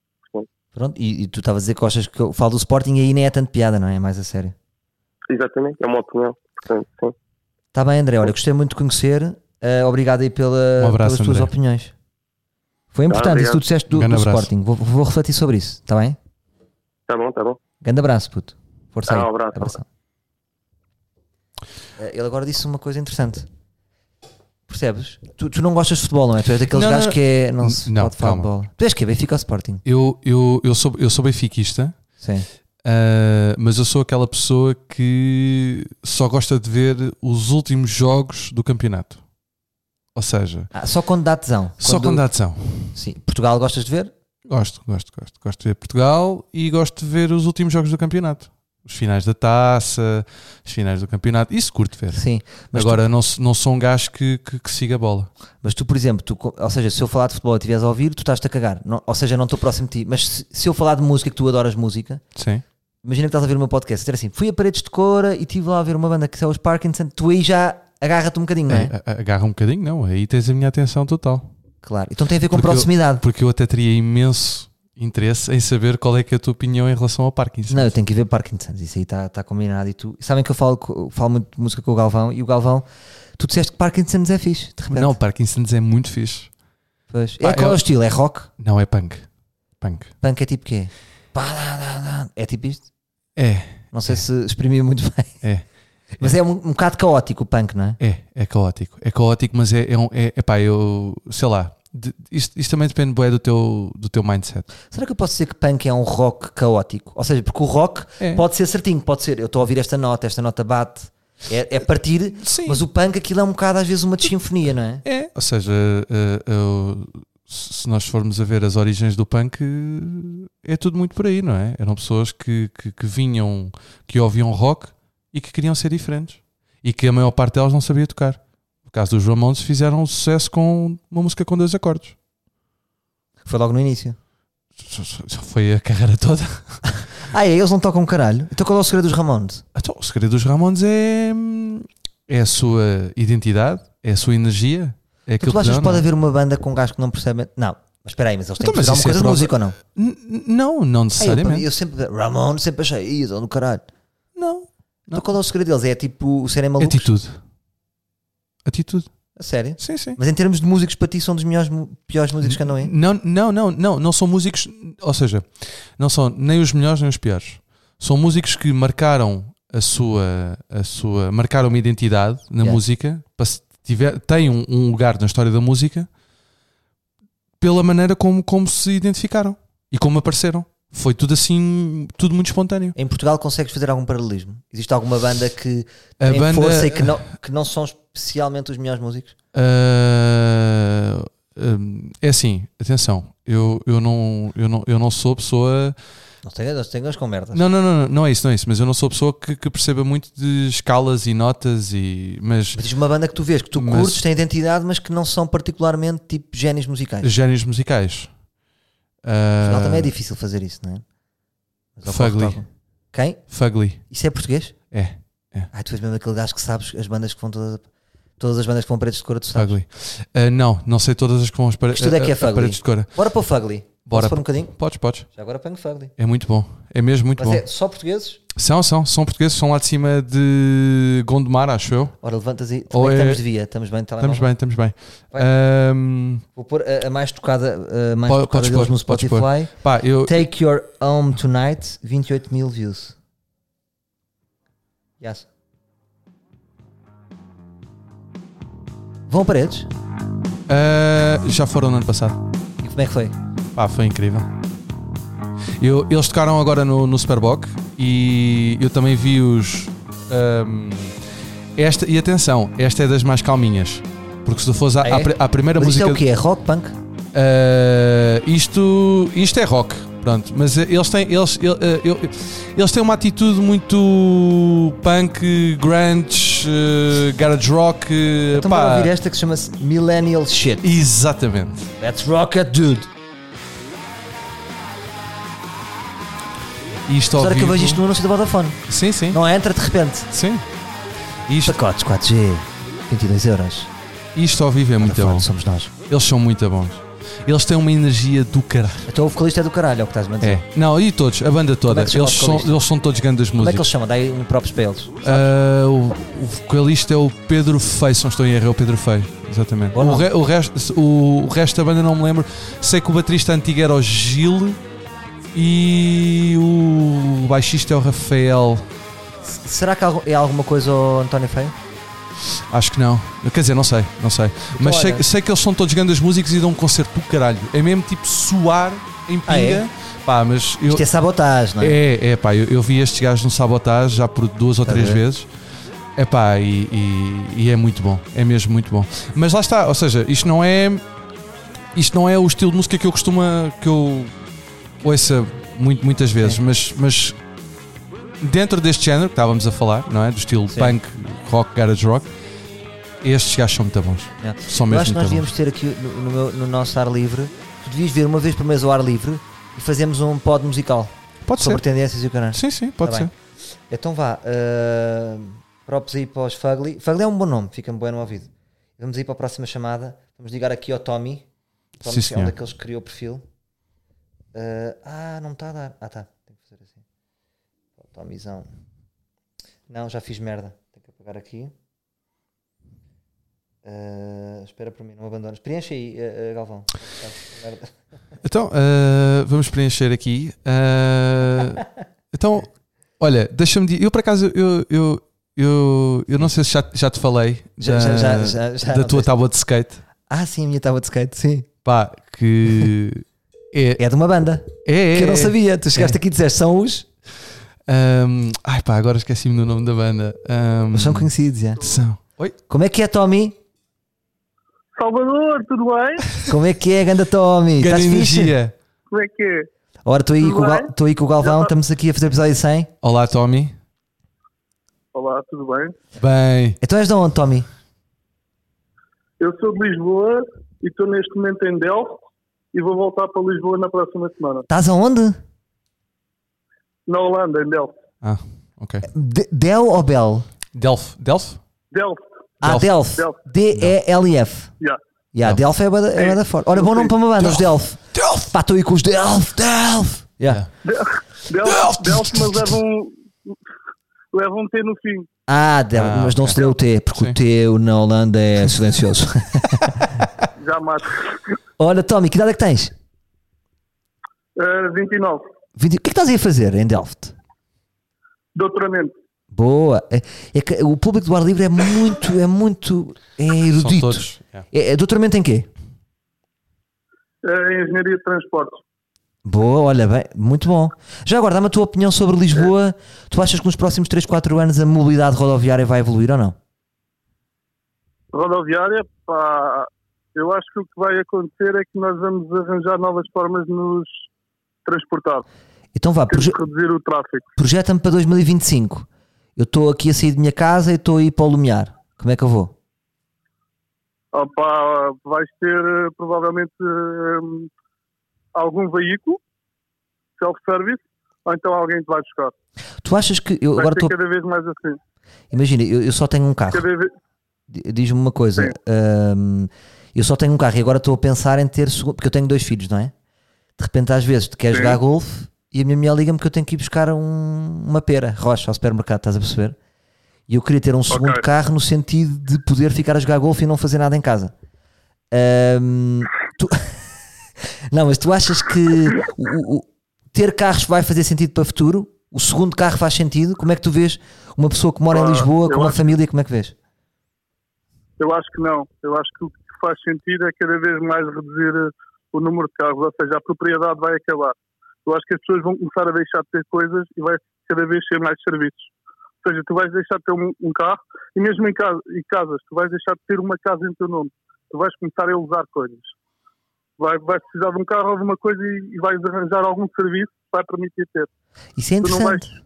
S1: Pronto, e, e tu estavas a dizer que gostas que eu falo do Sporting e aí nem é tanto piada, não é? É mais a sério.
S7: Exatamente, é uma opinião. Portanto, sim.
S1: Está Tá bem, André. Olha, gostei muito de conhecer. Eh, obrigado aí pela,
S2: Um abraço,
S1: pelas tuas
S2: André.
S1: opiniões. Foi importante isso que tu disseste do,
S2: Um grande
S1: do
S2: abraço.
S1: Sporting. Vou, vou refletir sobre isso, está bem?
S7: Tá bom, tá bom.
S1: Grande abraço, puto. Força
S7: Ah,
S1: aí.
S7: um abraço,
S1: Abração. Eh, Ele agora disse uma coisa interessante. Percebes? Tu, tu não gostas de futebol, não é? Tu és daqueles
S2: Não,
S1: gajos
S2: não.
S1: que é. Não se
S2: Não,
S1: pode falar de
S2: calma.
S1: bola. Tu és que é Benfica ou Sporting?
S2: Eu, eu, eu, sou, eu sou benfiquista,
S1: Sim.
S2: ah, mas eu sou aquela pessoa que só gosta de ver os últimos jogos do campeonato. Ou seja,
S1: Ah, só quando dá tesão.
S2: só quando há ação.
S1: Sim. Portugal gostas de ver?
S2: Gosto, gosto, gosto. Gosto de ver Portugal e gosto de ver os últimos jogos do campeonato. Os finais da taça, os finais do campeonato. Isso curto ver.
S1: Sim. Mas,
S2: Agora, não, sou- não sou um gajo que, que, que siga a bola.
S1: tu, mas tu, por exemplo, tu, co- ou seja, se eu falar de futebol e estiveres a ouvir, tu estás-te a cagar. Não- ou seja, não estou próximo de ti. Mas se, se eu falar de música que tu adoras música,
S2: Sim.
S1: Imagina que estás a ver o meu podcast, era assim, fui a Paredes de Cora e estive lá a ver uma banda que são os Parkinson, tu aí já agarra-te um bocadinho, não é?
S2: A- a- Agarra um bocadinho, não. Aí tens a minha atenção total.
S1: Claro. Então tem a ver com
S2: Porque eu-
S1: proximidade.
S2: Porque eu até teria imenso interesse em saber qual é que é a tua opinião em relação ao Parkinson.
S1: Não, eu tenho que ir ver Parkinson, isso aí está tá combinado e tu... Sabem que eu falo, co- falo muito de música com o Galvão e o Galvão, tu disseste que Parkinson é fixe, de repente.
S2: Não, o Parkinson's é muito fixe.
S1: Pois.
S2: Pá,
S1: é qual é
S2: eu-
S1: o estilo? É rock?
S2: Não, é punk. Punk.
S1: Punk é tipo quê? Pá, dá, dá, dá. É tipo isto?
S2: É,
S1: Não sei se exprimi muito bem.
S2: é.
S1: Mas é um, um bocado caótico o punk, não é?
S2: É, é caótico. É caótico, mas é, é um. É, epá, eu. Sei lá. De- isto, isto também depende bué, do, teu, do teu mindset.
S1: Será que eu posso dizer que punk é um rock caótico? Ou seja, porque o rock
S2: É.
S1: pode ser certinho, pode ser. Eu estou a ouvir esta nota, esta nota bate, é, é partir,
S2: Sim.
S1: mas o punk aquilo é um bocado às vezes uma desinfonia, não é?
S2: É. Ou seja, eh, eu- se se nós formos a ver as origens do punk, eh, é tudo muito por aí, não é? Eram pessoas que, que, que vinham, que ouviam rock e que queriam ser diferentes. E que a maior parte delas não sabia tocar. No caso dos Ramones, fizeram sucesso com uma música com dois acordes.
S1: Foi logo no início.
S2: Já foi a carreira toda.
S1: Ah, é, eles não tocam caralho. Então qual é o segredo dos Ramones?
S2: Então, o segredo dos Ramones é, é a sua identidade, é a sua energia.
S1: Então,
S2: É aquilo
S1: tu achas
S2: dão,
S1: que pode
S2: não é?
S1: haver uma banda com um gajo que não percebe? Não, mas espera aí, mas eles têm
S2: Então,
S1: que
S2: mas
S1: fazer
S2: isso
S1: alguma
S2: é
S1: coisa de
S2: prova-
S1: música ou não?
S2: N- Não, não
S1: Ah, eu,
S2: necessariamente.
S1: eu sempre, Ramones sempre achei, "Ih, dão do caralho.
S2: Não.
S1: Então qual é o segredo deles? É tipo o serem malucos?
S2: Atitude. Atitude.
S1: A sério?
S2: Sim, sim.
S1: Mas em termos de músicos, para ti são dos melhores, mu- piores músicos que andam aí?
S2: Não, não, não, não, não são músicos, ou seja, não são nem os melhores nem os piores. São músicos que marcaram a sua, a sua marcaram uma identidade na
S1: Yeah.
S2: música, pa- se tiver, têm um, um lugar na história da música pela maneira como, como se identificaram e como apareceram. Foi tudo assim, tudo muito espontâneo.
S1: Em Portugal consegues fazer algum paralelismo? Existe alguma banda que
S2: A
S1: tem
S2: banda-
S1: força e que não, que não são especialmente os melhores músicos?
S2: Ah, hum, é assim, atenção, eu, eu, não, eu, não, eu não sou pessoa
S1: Não tenho, não tenho com merdas.
S2: Não, não, não, não, não é isso, não é isso. Mas eu não sou pessoa que, que perceba muito de escalas e notas e. Mas
S1: Mas diz uma banda que tu vês, que tu
S2: Mas-
S1: curtes, tem identidade, mas que não são particularmente tipo génios musicais.
S2: géneros musicais.
S1: Afinal,
S2: Ah,
S1: também é difícil fazer isso, não é? Mas ao
S2: Fugly.
S1: corre, toca. Quem?
S2: Fugly.
S1: Isso é português?
S2: É,
S1: Ah, tu és mesmo aquele gajo que sabes as bandas que vão todas. Todas as bandas que vão paredes de cor, tu sabes.
S2: Fugly. Ah, não, não sei todas as que vão as pare-
S1: Mas tudo é que é
S2: a- a- a
S1: Fugly.
S2: paredes de cor.
S1: Bora para o Fugly.
S2: Bora.
S1: Posso pôr um bocadinho?
S2: Podes, podes.
S1: Já agora apanho Fugly.
S2: É muito bom. É mesmo muito
S1: Mas
S2: bom.
S1: é só portugueses?
S2: São, são, são portugueses, são lá de cima de Gondomar, acho eu.
S1: Ora, levantas aí.
S2: Ou
S1: Como é que
S2: é-
S1: estamos de via? Estamos bem tá de telemóvel?
S2: Estamos bem, estamos bem.
S1: Vai.
S2: Ahm,
S1: Vou pôr a, a mais tocada, a mais
S2: po-
S1: tocada
S2: podes
S1: deles
S2: pôr,
S1: no
S2: podes pôr.
S1: Spotify.
S2: Pá, eu,
S1: Take Your Home Tonight, 28 mil views. Yes. Vão a paredes?
S2: ah, já foram no ano passado.
S1: E como é que foi?
S2: Pá, foi incrível. Eu- eles tocaram agora no, no Superboc e eu também vi os. ahm, esta, e atenção, esta é das mais calminhas. Porque se tu fores à,
S1: Ah, é?
S2: à pri- à primeira
S1: Mas isto
S2: música.
S1: é o quê? É rock, punk?
S2: Ah, isto, isto é rock, pronto. Mas eh, eles têm, eles, ele- eh, eu- eles têm uma atitude muito punk, grunge, eh, garage rock. eh,
S1: Estão
S2: pá.
S1: a Então ouvir esta que chama-se Millennial Shit.
S2: Exatamente.
S1: That's rocket, dude.
S2: Isto ao
S1: Agora que eu
S2: vivo-
S1: vejo isto no anúncio da Vodafone.
S2: Sim, sim.
S1: Não é? entra de repente.
S2: Sim. Isto,
S1: Pacotes 4G, 22 euros.
S2: Isto ao vivo é muito
S1: Vodafone
S2: bom.
S1: somos nós.
S2: Eles são muito bons. Eles têm uma energia do caralho.
S1: Então o vocalista é do caralho, é o que estás a dizer.
S2: É. Não, e todos, a banda toda.
S1: é que se chama
S2: eles,
S1: o
S2: são,
S1: vocalista?
S2: eles são todos grandes
S1: Como é que eles
S2: músicos.
S1: chamam? Dá aí um próprio para eles.
S2: Ah, o, o vocalista é o Pedro Feio, se não estou em erro, é o Pedro Feio. Exatamente.
S1: Bom
S2: O,
S1: nome.
S2: re- o resto, o, o resto da banda não me lembro. Sei que o baterista antigo era o Gil e o baixista é o Rafael.
S1: Será que algu- é alguma coisa ao António Feio?
S2: Acho que não. Quer dizer, não sei, não sei. Mas sei,
S1: Então, olha.
S2: sei que eles são todos grandes músicos e dão um concerto do caralho. É mesmo tipo suar em pinga.
S1: Ah, é?
S2: Pá, mas eu,
S1: Isto é sabotagem, não é?
S2: É, é pá, eu, eu vi estes gajos no Sabotage já por duas ou
S1: Tá
S2: três
S1: a ver?
S2: vezes. É pá, e, e- e é muito bom, é mesmo muito bom. Mas lá está, ou seja, isto não é. Isto não é o estilo de música que eu costumo. que eu ouça muito, muitas vezes, mas, mas dentro deste género que estávamos a falar, não é? Do estilo
S1: Sim.
S2: punk, rock, garage rock, estes gajos são muito bons.
S1: É. Eu acho que
S2: São mesmo então.
S1: nós
S2: muito bons.
S1: devíamos ter aqui no, no meu- no nosso ar livre, tu devias vir uma vez por mês ao ar livre e fazemos um pod musical.
S2: Pode
S1: sobre
S2: ser.
S1: tendências e o caralho.
S2: Sim, sim, pode
S1: Tá
S2: ser.
S1: bem. Então vá, uh, props aí para os Fugly. Fugly é um bom nome, fica-me bem no ouvido. Vamos aí para a próxima chamada. Vamos ligar aqui ao Tommy. Tommy que
S2: Sim,
S1: é um
S2: senhor.
S1: daqueles que criou o perfil. Uh, ah, não me está a dar. Ah, tá. Tenho que fazer assim. Tommyzão. Não, já fiz merda. Tenho que apagar aqui. Uh, espera por mim, não abandones. Preenche aí, uh, uh, Galvão. Ah, merda.
S2: Então, ah, vamos preencher aqui. Ah, então, olha, deixa-me. de- Eu, por acaso, eu, eu, eu, eu não sei se já, já te falei
S1: Já-
S2: da,
S1: já- já- já- já
S2: da
S1: não
S2: tua
S1: sei.
S2: tábua de skate.
S1: Ah, sim, a minha tábua de skate, sim.
S2: Pá, que. É,
S1: É de uma banda.
S2: é,
S1: que eu não
S2: é.
S1: sabia. Tu chegaste aqui e disseste são os.
S2: Ahm, Ehm, ai pá, agora esqueci-me do nome da banda. Ahm,
S1: Mas são conhecidos, é. já.
S2: são. Oi?
S1: Como é que é, Tommy?
S7: Salvador, tudo bem?
S1: Como é que é, ganda Tommy? Estás
S2: Grande
S1: fixe?
S2: energia.
S7: Como é que é?
S1: Ora, estou aí,
S7: Tudo
S1: com o Gal-
S7: bem?
S1: estou aí com o Galvão,
S7: Eu-
S1: estamos aqui a fazer o episódio 100.
S2: Olá, Tommy.
S7: Olá, tudo bem?
S2: Bem,
S1: Então és de onde, Tommy?
S7: Eu sou de Lisboa e estou neste momento em Delft e vou voltar para Lisboa na próxima semana.
S1: Estás aonde?
S7: Na Holanda, em Delft.
S2: ah, ok.
S1: De- Del ou Bel?
S2: Delf, Delf?
S7: Delft,
S1: Ah, Delf.
S7: Delf.
S1: D-E-L-F.
S7: já.
S1: Yeah, Delf é bada, é bada forte. Ora, bom nome para uma banda, os Delf. Delf! Pá, estou aí com os Delf, Delf! Yeah.
S7: Delft, Delft, mas levam, levam um T no fim.
S1: Ah, Delf,
S2: Ah,
S1: mas não
S2: ok.
S1: se lê o T, porque
S2: Sim.
S1: o T na Holanda é silencioso.
S7: Já mato.
S1: Olha, Tommy, que idade é que tens?
S7: Ah, 29.
S1: 20 O que é que estás aí a fazer em Delft?
S7: Doutoramento.
S1: Boa. É, é que o público do ar livre é muito, é muito é erudito.
S2: São todos. yeah.
S1: É, é doutoramento em quê?
S7: Ah, em Engenharia de Transportes.
S1: Boa, olha bem, muito bom. Já agora, dá-me a tua opinião sobre Lisboa. Tu achas que nos próximos 3, 4 anos a mobilidade rodoviária vai evoluir ou não?
S7: Rodoviária, pá, eu acho que o que vai acontecer é que nós vamos arranjar novas formas de nos transportar.
S1: Então vá,
S7: Temos
S1: proje
S7: que reduzir o tráfego.
S1: projeta-me para 2025. Eu estou aqui a sair de minha casa e estou aí para o Lumiar. Como é que eu vou?
S7: Ah, pá, vais ter eh, provavelmente eh, algum veículo, self-service, ou então alguém te vai buscar.
S1: Tu achas que. Eu
S7: Vai
S1: agora
S7: ser
S1: estou.
S7: cada vez mais assim.
S1: Imagina, eu, eu só tenho um carro.
S7: Cada vez...
S1: D- Diz-me uma coisa.
S7: Sim.
S1: hum, eu só tenho um carro e agora estou a pensar em ter segundo, porque eu tenho dois filhos, não é? De repente, às vezes, tu queres
S7: Sim.
S1: jogar golfe e a minha mulher liga-me que eu tenho que ir buscar um- uma pera, rocha, ao supermercado, estás a perceber? E eu queria ter um segundo
S7: Ok.
S1: carro no sentido de poder ficar a jogar golfe e não fazer nada em casa. Hum, tu- não, mas tu achas que o- o- ter carros vai fazer sentido para o futuro? O segundo carro faz sentido? Como é que tu vês uma pessoa que mora em
S7: Ah,
S1: Lisboa
S7: eu
S1: com uma
S7: acho-
S1: família? Como é que vês?
S7: Eu acho que não. Eu acho que o que faz sentido é cada vez mais reduzir eh, o número de carros, ou seja, a propriedade vai acabar. Eu acho que as pessoas vão começar a deixar de ter coisas e vai cada vez ser mais serviços. Ou seja, tu vais deixar de ter um, um carro e mesmo em, casa, em casas, tu vais deixar de ter uma casa em teu nome. Tu vais começar a usar coisas. Vai, vais precisar de um carro ou de uma coisa e, e vais arranjar algum serviço que vai permitir ter.
S1: Isso é
S7: Tu não
S1: interessante.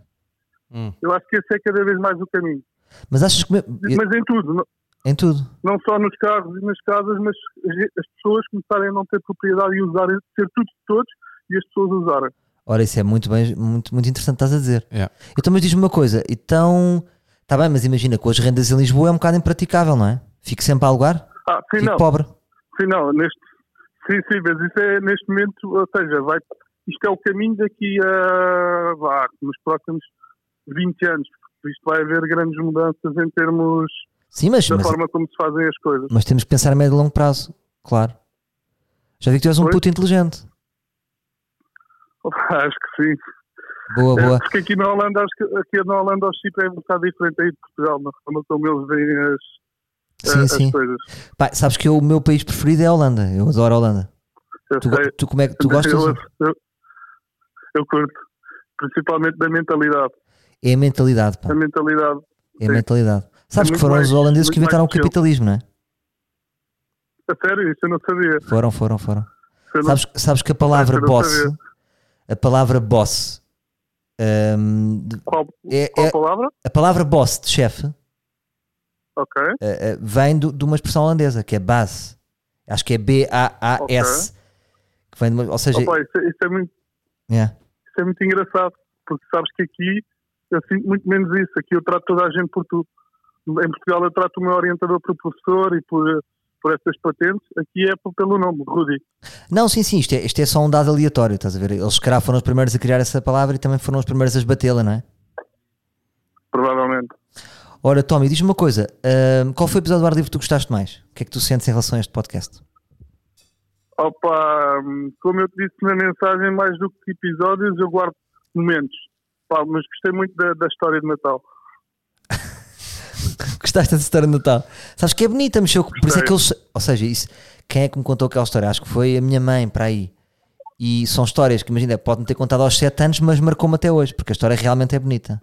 S2: Hum.
S7: Eu acho que esse é cada vez mais o caminho.
S1: Mas achas que. me- eu-
S7: Mas em tudo, não-
S1: Em tudo.
S7: não só nos carros e nas casas, mas as as pessoas começarem a não ter propriedade e usarem, ter tudo de todos e as pessoas usarem.
S1: Ora, isso é muito bem, muito, muito interessante, estás a dizer.
S2: Yeah.
S1: Então, mas diz-me uma coisa, então. Está bem, mas imagina, com as rendas em Lisboa é um bocado impraticável, não é? Fico sempre a alugar,
S7: Ah, sim,
S1: fico
S7: não,
S1: pobre.
S7: sim, não, neste, sim, sim, mas isso é neste momento, ou seja, vai, isto é o caminho daqui a, vá, nos próximos 20 anos, porque isto vai haver grandes mudanças em termos
S1: Sim, mas,
S7: da
S1: mas,
S7: forma como se fazem as coisas.
S1: mas temos que pensar a médio e longo prazo, claro. Já vi que tu és um
S7: Pois.
S1: puto inteligente.
S7: Acho que sim.
S1: Boa,
S7: É,
S1: boa.
S7: porque aqui na Holanda, acho que aqui na Holanda o Chipre é um bocado diferente aí de Portugal, na forma como eles veem as, eh,
S1: Sim,
S7: as
S1: sim.
S7: coisas.
S1: Pá, sabes que eu- o meu país preferido é a Holanda. Eu adoro a Holanda.
S7: Eu
S1: Tu,
S7: sei.
S1: go- tu, como é, que- tu gostas?
S7: Eu, eu, eu curto. Principalmente da mentalidade.
S1: É a mentalidade, pá.
S7: A mentalidade.
S1: É a
S7: sim.
S1: mentalidade. Sabes que
S7: muito
S1: foram os
S7: mais-
S1: holandeses que
S7: muito mais
S1: inventaram o
S7: que eu.
S1: capitalismo, não é?
S7: A sério, isso eu não sabia.
S1: Foram, foram, foram.
S7: Isso eu não-
S1: Sabes, sabes que a palavra
S7: Eu não
S1: boss,
S7: sabia.
S1: a palavra boss, hum, de-
S7: Qual,
S1: é-
S7: qual
S1: é-
S7: palavra?
S1: a palavra boss de chefe
S7: Ok.
S1: eh, eh, vem do- de uma expressão holandesa que é base. Acho que é B-A-A-S. Que vem de uma- ou seja,
S7: Opa, isso, isso é muito,
S1: yeah.
S7: isso é muito engraçado, porque sabes que aqui eu sinto muito menos isso. Aqui eu trato toda a gente por tudo. Em Portugal eu trato o meu orientador por professor e por, por essas patentes. Aqui é por- pelo nome, Rudy.
S1: Não, sim, sim, isto é, isto é só um dado aleatório, estás a ver? Eles, se calhar, foram os primeiros a criar essa palavra e também foram os primeiros a esbatê-la, não é?
S7: Provavelmente.
S1: Ora, Tommy, diz-me uma coisa: ahm, qual foi o episódio do ar livre que tu gostaste mais? O que é que tu sentes em relação a este podcast?
S7: Opa, hum, como eu te disse na mensagem, mais do que episódios, eu guardo momentos. Pá, mas gostei muito da, da história de Natal.
S1: Gostaste dessa história de Natal? Sabes que é bonita, mexeu. com- Por isso é
S7: Gostei.
S1: que eu. sei- Ou seja, isso, quem é que me contou aquela história? Acho que foi a minha mãe para aí. E são histórias que, imagina, pode-me ter contado aos 7 anos, mas marcou-me até hoje, porque a história realmente é bonita.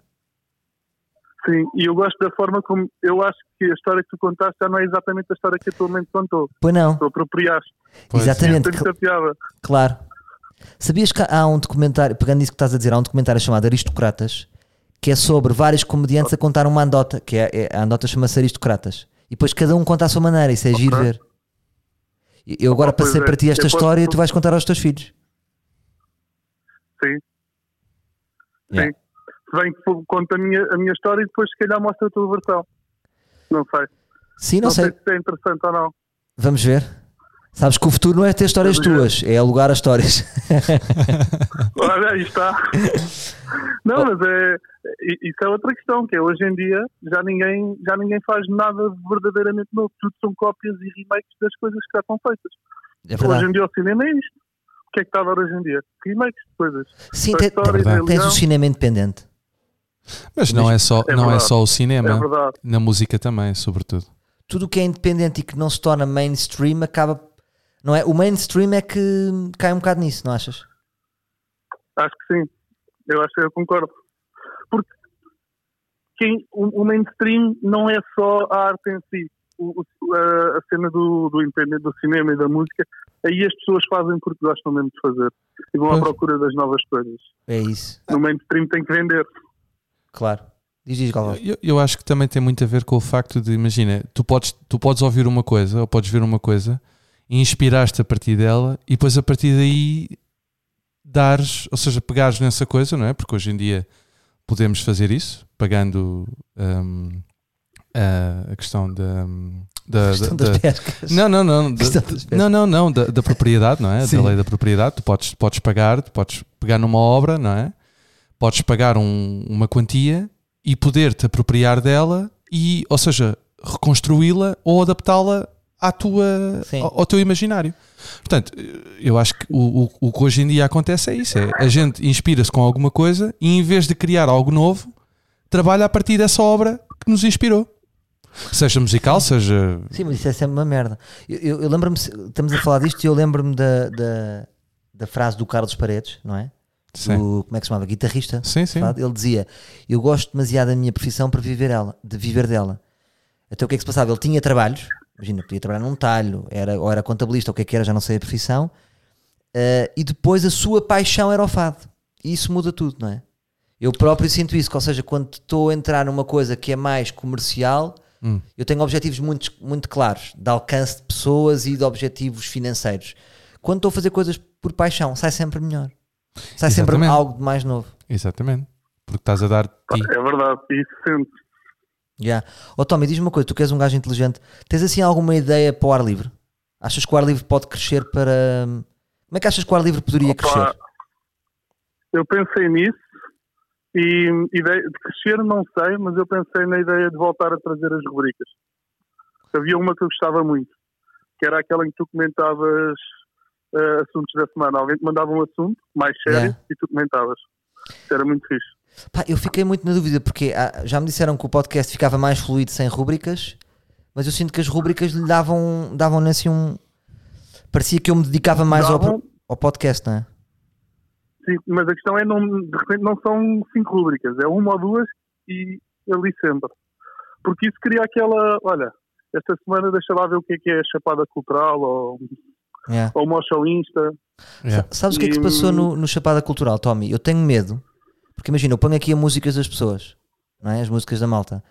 S7: Sim, e eu gosto da forma como. Eu acho que a história que tu contaste já não é exatamente a história que a tua mãe te contou.
S1: Pois não,
S7: Tu apropriaste.
S2: Pois,
S1: exatamente.
S7: Tenho piada.
S1: Claro. Sabias que há um documentário, pegando nisso que estás a dizer, há um documentário chamado Aristocratas, que é sobre vários comediantes a contar uma anedota, que é, é- a anedota chama-se Aristocratas. E depois cada um conta à sua maneira, isso é giro ver. E- Eu agora
S7: Ah, pois
S1: passei
S7: é.
S1: para ti esta
S7: Eu posso-
S1: história e tu vais contar aos teus filhos.
S7: Vem, pô, conta a minha, a minha história e depois, se calhar, mostra a tua versão. Não sei.
S1: Sim, não, sei.
S7: se é interessante ou não.
S1: Vamos ver. Sabes que o futuro não é ter histórias
S7: Vamos ver.
S1: tuas, é alugar as histórias.
S7: Olha, aí está. Não, mas é. i- Isso é outra questão, que é hoje em dia já ninguém, já ninguém faz nada verdadeiramente novo. Tudo são cópias e remakes das coisas que já estão feitas.
S1: É
S7: hoje
S1: verdade.
S7: em dia o cinema é isto. O que é que está a dar hoje em dia? Remakes de coisas.
S1: Sim,
S7: Toy
S1: te-
S7: Story,
S1: te-
S7: Rei
S1: tens o
S7: Leão.
S1: cinema independente.
S2: Mas não é só,
S7: É
S2: não é
S7: verdade.
S2: só o
S7: É
S2: cinema,
S7: verdade.
S2: na música também, sobretudo.
S1: tudo o que é independente e que não se torna mainstream acaba. Não é? O mainstream é que cai um bocado nisso, não achas?
S7: Acho que sim. Eu acho que eu concordo. Porque quem, o, o mainstream não é só a arte em si. O- o- a, a cena do, do, independente, do cinema e da música, aí as pessoas fazem porque gostam mesmo de fazer e vão à
S2: Pois.
S7: procura das novas coisas.
S1: É isso,
S7: No mainstream tem que vender.
S1: claro. Diz, diz,
S7: Tá
S1: Galvão.
S2: Eu, eu acho que também tem muito a ver com o facto de, imagina, tu podes, tu podes ouvir uma coisa ou podes ver uma coisa e inspiraste a partir dela e depois a partir daí dares, ou seja, pegares nessa coisa, não é? Porque hoje em dia podemos fazer isso, pagando hum, a, a questão da. hum, da-
S1: Questão
S2: da-
S1: das
S2: da-
S1: pescas.
S2: não, não, não. da-
S1: Questão das pescas.
S2: não, não, não, da, da propriedade, não é?
S1: Sim.
S2: Da lei da propriedade, tu podes, podes pagar, tu podes pegar numa obra, não é? Podes pagar um- uma quantia e poder-te apropriar dela e, ou seja, reconstruí-la ou adaptá-la à tua,
S1: Sim.
S2: ao, ao teu imaginário. Portanto, eu acho que o, o- o que hoje em dia acontece é isso: é a gente inspira-se com alguma coisa e em vez de criar algo novo, trabalha a partir dessa obra que nos inspirou. Seja musical, seja.
S1: Sim, mas isso é sempre uma merda. Eu, eu- eu lembro-me, se- estamos a falar disto e eu lembro-me da, da, da frase do Carlos Paredes, não é?
S2: Sim,
S1: Do, como é que se chamava? Guitarrista.
S2: sim. sim.
S1: Sabe? Ele dizia: Eu gosto demasiado da minha profissão para viver ela, de viver dela. Então o que é que se passava? Ele tinha trabalhos, imagina, podia trabalhar num talho, era, ou era contabilista, ou o que é que era, já não sei a profissão, eh, e depois a sua paixão era o fado. E isso muda tudo, não é? Eu próprio sinto isso, que, ou seja, quando estou a entrar numa coisa que é mais comercial,
S2: Hum.
S1: eu tenho objetivos muito, muito claros, de alcance de pessoas e de objetivos financeiros. Quando estou a fazer coisas por paixão, sai sempre melhor. Sai sempre
S2: Exatamente.
S1: algo de mais novo.
S2: Exatamente. Porque estás a dar de ti.
S7: É verdade. E isso sente.
S1: Yeah. Ó Tommy, diz-me uma coisa, tu que és um gajo inteligente, tens assim alguma ideia para o ar livre? Achas que o ar livre pode crescer para. Como é que achas que o ar livre poderia
S7: Opa,
S1: crescer?
S7: Eu pensei nisso e ideia de crescer não sei, mas eu pensei na ideia de voltar a trazer as rubricas. Havia uma que eu gostava muito, que era aquela em que tu comentavas eh, assuntos da semana. Alguém te mandava um assunto mais sério
S1: Yeah.
S7: e tu comentavas. Isso era muito fixe.
S1: Pá, eu fiquei muito na dúvida porque ah, já me disseram que o podcast ficava mais fluido sem rúbricas, mas eu sinto que as rúbricas lhe davam, davam assim um. Parecia que eu me dedicava mais ao,
S7: Davam-
S1: ao podcast, não é?
S7: Sim, mas a questão é, não, de repente, não são cinco rubricas, é uma ou duas e ali sempre. Porque isso cria aquela, olha, esta semana deixa lá ver o que é que é a chapada cultural ou,
S1: Yeah.
S7: ou mostra ao Insta.
S2: Yeah.
S1: Sa- Sabes o que é que se
S7: E- hum,
S1: passou no, no Chapada Cultural, Tommy? Eu tenho medo, porque imagina, eu ponho aqui as músicas das pessoas, não é? as músicas da malta,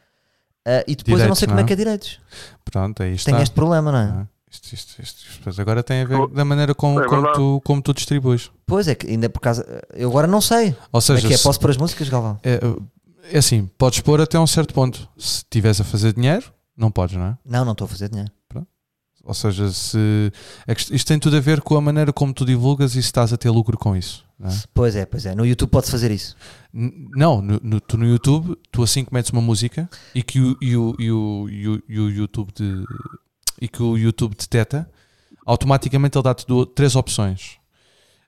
S1: Ah, e depois eu não
S2: Direitos,
S1: sei como é
S2: não é?
S1: que é direitos.
S2: Pronto, aí está.
S1: Tenho este problema, não é?
S2: Tá. Ah, Isto, isto, isto, isto, pois agora tem a ver
S7: Oh.
S2: da maneira como,
S7: É
S2: como,
S7: verdade.
S2: tu, como tu distribuis.
S1: Pois é, que ainda por causa. Eu agora não sei.
S2: Ou
S1: Como é
S2: seja,
S1: que é?
S2: se-
S1: Posso pôr as músicas, Galvão?
S2: é, é assim, podes pôr até um certo ponto. Se estiveres a fazer dinheiro, não podes, não é?
S1: Não, não estou a fazer dinheiro.
S2: Ou seja, se é que isto isto tem tudo a ver com a maneira como tu divulgas e se estás a ter lucro com isso. Não, é?
S1: Pois é, pois é. No YouTube pode fazer isso.
S2: N- não no, no- tu no YouTube, tu assim que metes uma música e que o, e o, e o, e o, e o YouTube de, e que o YouTube deteta, automaticamente ele dá-te du- três opções.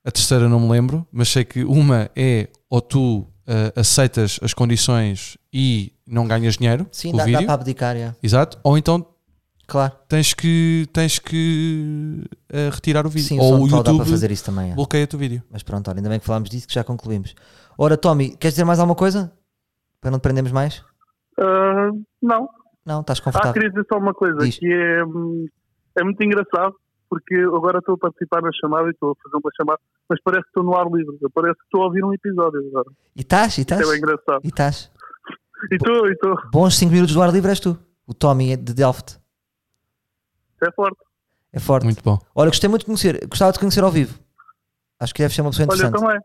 S2: A terceira não me lembro, mas sei que uma é ou tu ah, aceitas as condições e não ganhas dinheiro
S1: Sim,
S2: com o
S1: dá, dá
S2: vídeo,
S1: para abdicar, é.
S2: exato, ou então
S1: claro.
S2: tens que, tens que eh, retirar o vídeo.
S1: Sim,
S2: Ou
S1: só,
S2: o
S1: só dá para
S2: YouTube
S1: fazer isso também. é.
S2: bloqueia-te o vídeo.
S1: Mas pronto, olha, ainda bem que falámos disso que já concluímos. Ora, Tommy, queres dizer mais alguma coisa? Para não te prendermos mais?
S8: Ah, não.
S1: Não, estás
S8: Ah,
S1: confortável.
S8: queria dizer só uma coisa,
S1: Diz.
S8: que é, hum, é muito engraçado, porque eu agora estou a participar na chamada e estou a fazer uma chamada, mas parece que estou no ar livre, eu parece que estou a ouvir um episódio agora.
S1: E estás, e estás?
S8: É bem engraçado.
S1: E estás?
S8: E estou, e estou,
S1: Bons 5 minutos do ar livre és tu. O Tommy é de Delft.
S8: é forte.
S1: É forte.
S2: Muito bom.
S1: Olha, gostei muito de conhecer. Gostava de conhecer ao vivo. Acho que deve ser uma pessoa
S8: Olha, eu
S1: interessante.
S8: também.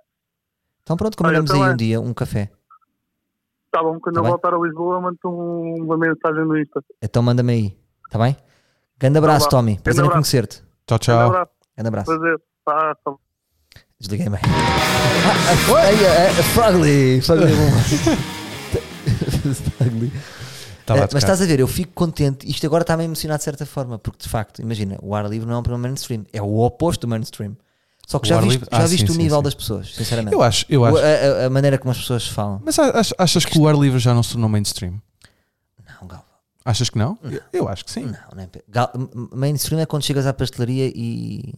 S1: Então pronto, combinamos
S8: Olha, é. eu
S1: aí um
S8: também.
S1: dia um café.
S8: Tá bom, quando
S1: Tá
S8: eu
S1: bem.
S8: voltar a Lisboa, mando um, uma mensagem no Insta.
S1: Então manda-me aí, está bem? Grande abraço,
S8: Então vá.
S1: Tommy.
S8: Grande
S1: Prazer em
S8: abraço.
S1: conhecer-te.
S2: Tchau,
S8: Um
S2: tchau.
S8: abraço,
S1: Grande abraço.
S8: prazer. Tá, tá.
S1: Desliguei bem. Ah, a- ai, a- a- Frogly! Frogly Boomer. Frogly.
S2: Tá
S1: Eh,
S2: lá a
S1: é mas
S2: tocar.
S1: estás a ver, eu fico contente. Isto agora está-me a emocionar de certa forma, porque de facto, imagina, o ar livre não é um problema mainstream, é o oposto do mainstream. Só que
S2: O
S1: já
S2: ar
S1: viste,
S2: livre-
S1: já
S2: ah,
S1: viste
S2: sim,
S1: o
S2: sim,
S1: nível
S2: sim.
S1: das pessoas, sinceramente.
S2: Eu acho, eu
S1: O-
S2: acho.
S1: a, a- a maneira como as pessoas falam.
S2: Mas a- ach- achas que o ar livre já não se tornou mainstream?
S1: Não, Galvão.
S2: Achas que não? Eu- Eu acho que sim.
S1: Não, não é. pe- Gal- m- m- Mainstream é quando chegas à pastelaria e.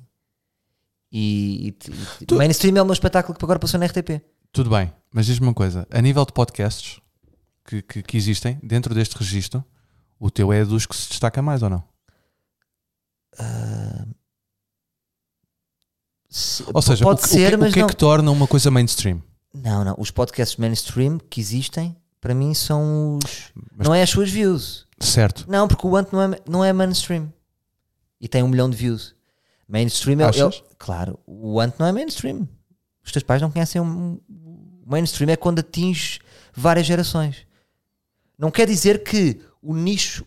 S1: E, e te- e te-
S2: Tu-
S1: Mainstream é o meu espetáculo que agora passou na RTP.
S2: Tudo bem, mas diz-me uma coisa: a nível de podcasts que, que, que existem dentro deste registro, o teu é dos que se destaca mais ou não?
S1: Se-
S2: Ou seja,
S1: pode
S2: o, que- o
S1: ser,
S2: que, o
S1: mas
S2: que
S1: não.
S2: é que torna uma coisa mainstream?
S1: Não, não. Os podcasts mainstream que existem, para mim, são os.
S2: Mas-
S1: Não é as suas views.
S2: Certo.
S1: Não, porque o Ant não é, não é mainstream. E tem um milhão de views. Mainstream é, é.
S2: Achas?
S1: Claro, o Ant não é mainstream. Os teus pais não conhecem um. o Mainstream é quando atinge várias gerações. Não quer dizer que o nicho.